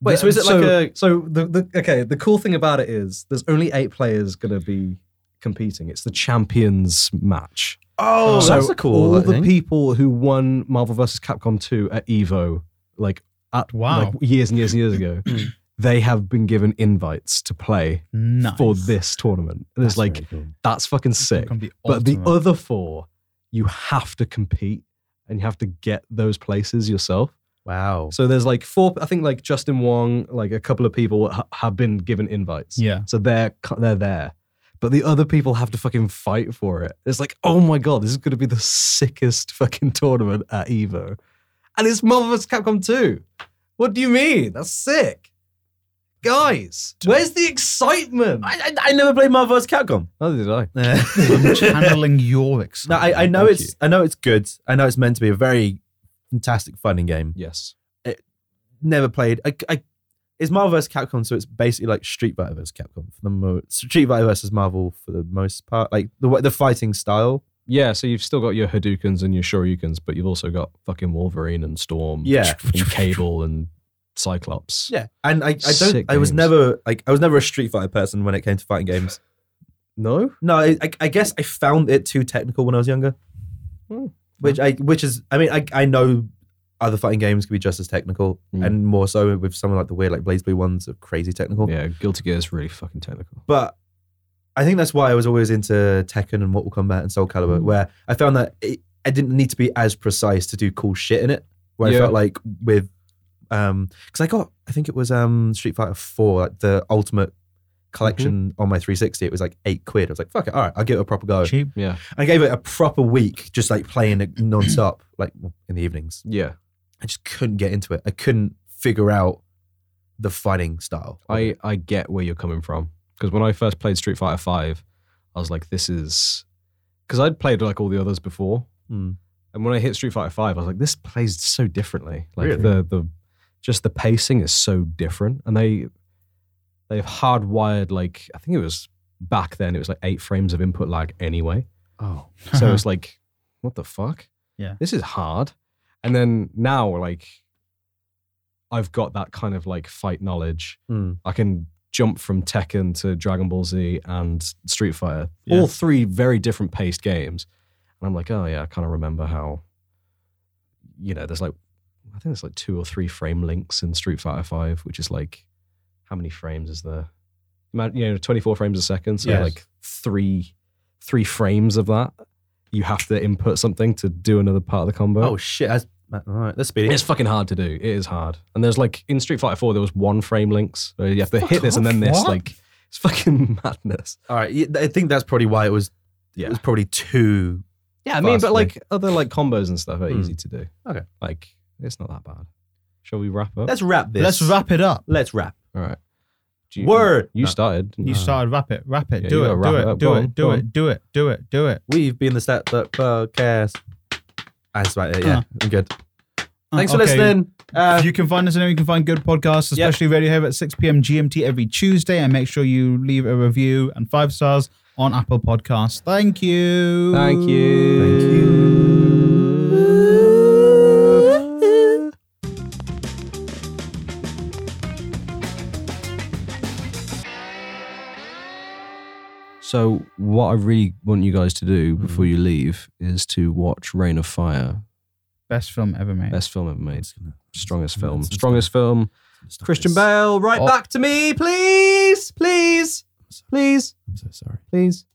S3: Wait,
S1: The-
S3: so is it like a.
S1: so the, the okay, the cool thing about it is there's only eight players gonna be competing. It's the champions match.
S3: Oh,
S1: so
S3: that's a cool
S1: all
S3: like,
S1: the
S3: thing.
S1: people who won Marvel vs. Capcom 2 at Evo, like at
S4: Wow.
S1: like years and years and years ago, they have been given invites to play
S4: Nice.
S1: for this tournament. And it's
S3: That's
S1: like
S3: very cool.
S1: that's fucking sick.
S4: Become the
S1: But the
S4: ultimate.
S1: other four, you have to compete and you have to get those places yourself.
S3: Wow.
S1: So there's like four. I think like Justin Wong, like a couple of people ha- have been given invites.
S4: Yeah.
S1: So they're cu- they're there, but the other people have to fucking fight for it. It's like, oh my god, this is going to be the sickest fucking tournament at Evo, and it's Marvel vs. Capcom 2. What do you mean? That's sick, guys. Where's the excitement?
S3: I, I, I never played Marvel vs. Capcom.
S1: Neither did I.
S4: I'm channeling your
S3: No,
S4: excitement.
S3: I, I know
S4: Thank
S3: it's I know it's good. I know it's meant to be a very fantastic, fun game.
S1: Yes.
S3: Never played. I, I, it's Marvel vs. Capcom, so it's basically like Street Fighter vs. Capcom for the mo- Street Fighter versus Marvel for the most part. Like the way- the fighting style.
S1: Yeah. So you've still got your Hadoukens and your Shoryukens, but you've also got fucking Wolverine and Storm.
S3: Yeah,
S1: And Cable and Cyclops.
S3: yeah. And I, I don't.
S1: Sick
S3: I was
S1: games.
S3: never like I was never a Street Fighter person when it came to fighting games.
S1: No.
S3: No, I, I, I guess I found it too technical when I was younger.
S1: Hmm.
S3: Which I which is I mean I I know other fighting games can be just as technical
S1: Hmm.
S3: and more so with someone like the weird like Blaze Blue ones are crazy technical.
S1: Yeah, Guilty Gear is really fucking technical.
S3: But
S1: Hmm.
S3: I think that's why I was always into Tekken and Mortal Kombat and Soul Calibur, where I found that it, I didn't need to be as precise to do cool shit in it. Where
S1: Yeah.
S3: I felt like with um because I got I think it was um Street Fighter Four, like the ultimate
S1: Mm-hmm.
S3: collection on my 360. It was like eight quid. I was like, fuck it, all right, I'll give it a proper go.
S4: Cheap.
S1: Yeah.
S3: I gave it a proper week, just like playing it nonstop, like well, in the evenings.
S1: Yeah.
S3: I just couldn't get into it. I couldn't figure out the fighting style. of
S1: I,
S3: it.
S1: I get where you're coming from. Because when I first played Street Fighter Five, I was like, this is. Because I'd played like all the others before.
S3: Mm.
S1: And when I hit Street Fighter Five, I was like, this plays so differently. Like
S3: Really?
S1: the, the just the pacing is so different. And they they've hardwired like I think it was back then, it was like eight frames of input lag anyway.
S3: oh
S1: So it's like, what the fuck?
S4: Yeah.
S1: This is hard. And then now, like, I've got that kind of like fight knowledge.
S3: Mm.
S1: I can jump from Tekken to Dragon Ball Z and Street Fighter,
S4: Yeah.
S1: all three very different paced games. And I'm like, oh yeah, I kind of remember how, you know, there's like, I think there's like two or three frame links in Street Fighter Five, which is like, how many frames is there? Ima- You know, 24 frames a second. So
S4: Yes.
S1: like three, three frames of that. You have to input something to do another part of the combo.
S3: oh shit! That's, all right, that's speedy.
S1: It's fucking hard to do. It is hard. And there's like in Street Fighter 4, there was one frame links. So you have to
S4: Fuck
S1: hit this and
S4: off.
S1: then this.
S4: What?
S1: Like it's fucking madness.
S3: All right, yeah, I think that's probably why it was.
S1: Yeah.
S3: It was probably too.
S1: Yeah, I mean, but
S3: Vastly.
S1: like other like combos and stuff are
S3: Hmm.
S1: easy to do.
S3: Okay.
S1: Like it's not that bad. Shall we wrap up?
S3: Let's wrap this.
S4: Let's wrap it up.
S3: Let's wrap.
S1: All right. Do
S3: Word.
S1: You
S3: No.
S1: started. didn't
S4: You started wrap it, wrap
S1: Yeah,
S4: it,
S1: you
S4: do
S1: gotta
S4: it,
S1: wrap
S4: do
S1: it up.
S4: it,
S1: Go
S4: do
S1: on,
S4: it,
S1: go
S4: do
S1: on.
S4: it, do it, do it, do it.
S3: We've been the Stat Duck Podcast. Ah, That's about it. Yeah,
S4: Uh.
S3: I'm good. Thanks for
S4: Okay.
S3: listening. Uh,
S4: you can find us anywhere you can find good podcasts,
S3: Yep.
S4: especially Radio Home at 6 p.m. GMT every Tuesday. And make sure you leave a review and five stars on Apple Podcasts. Thank you.
S1: Thank you. So, what I really want you guys to do
S3: Hmm.
S1: before you leave is to watch Rain of Fire,
S4: Best film ever made.
S1: best film ever made, strongest film,
S3: That's-
S1: strongest film.
S3: Stop
S1: Christian
S3: this.
S1: Bale, right
S4: Oh.
S1: back to me, please, please, please,
S3: I'm so sorry.
S1: please.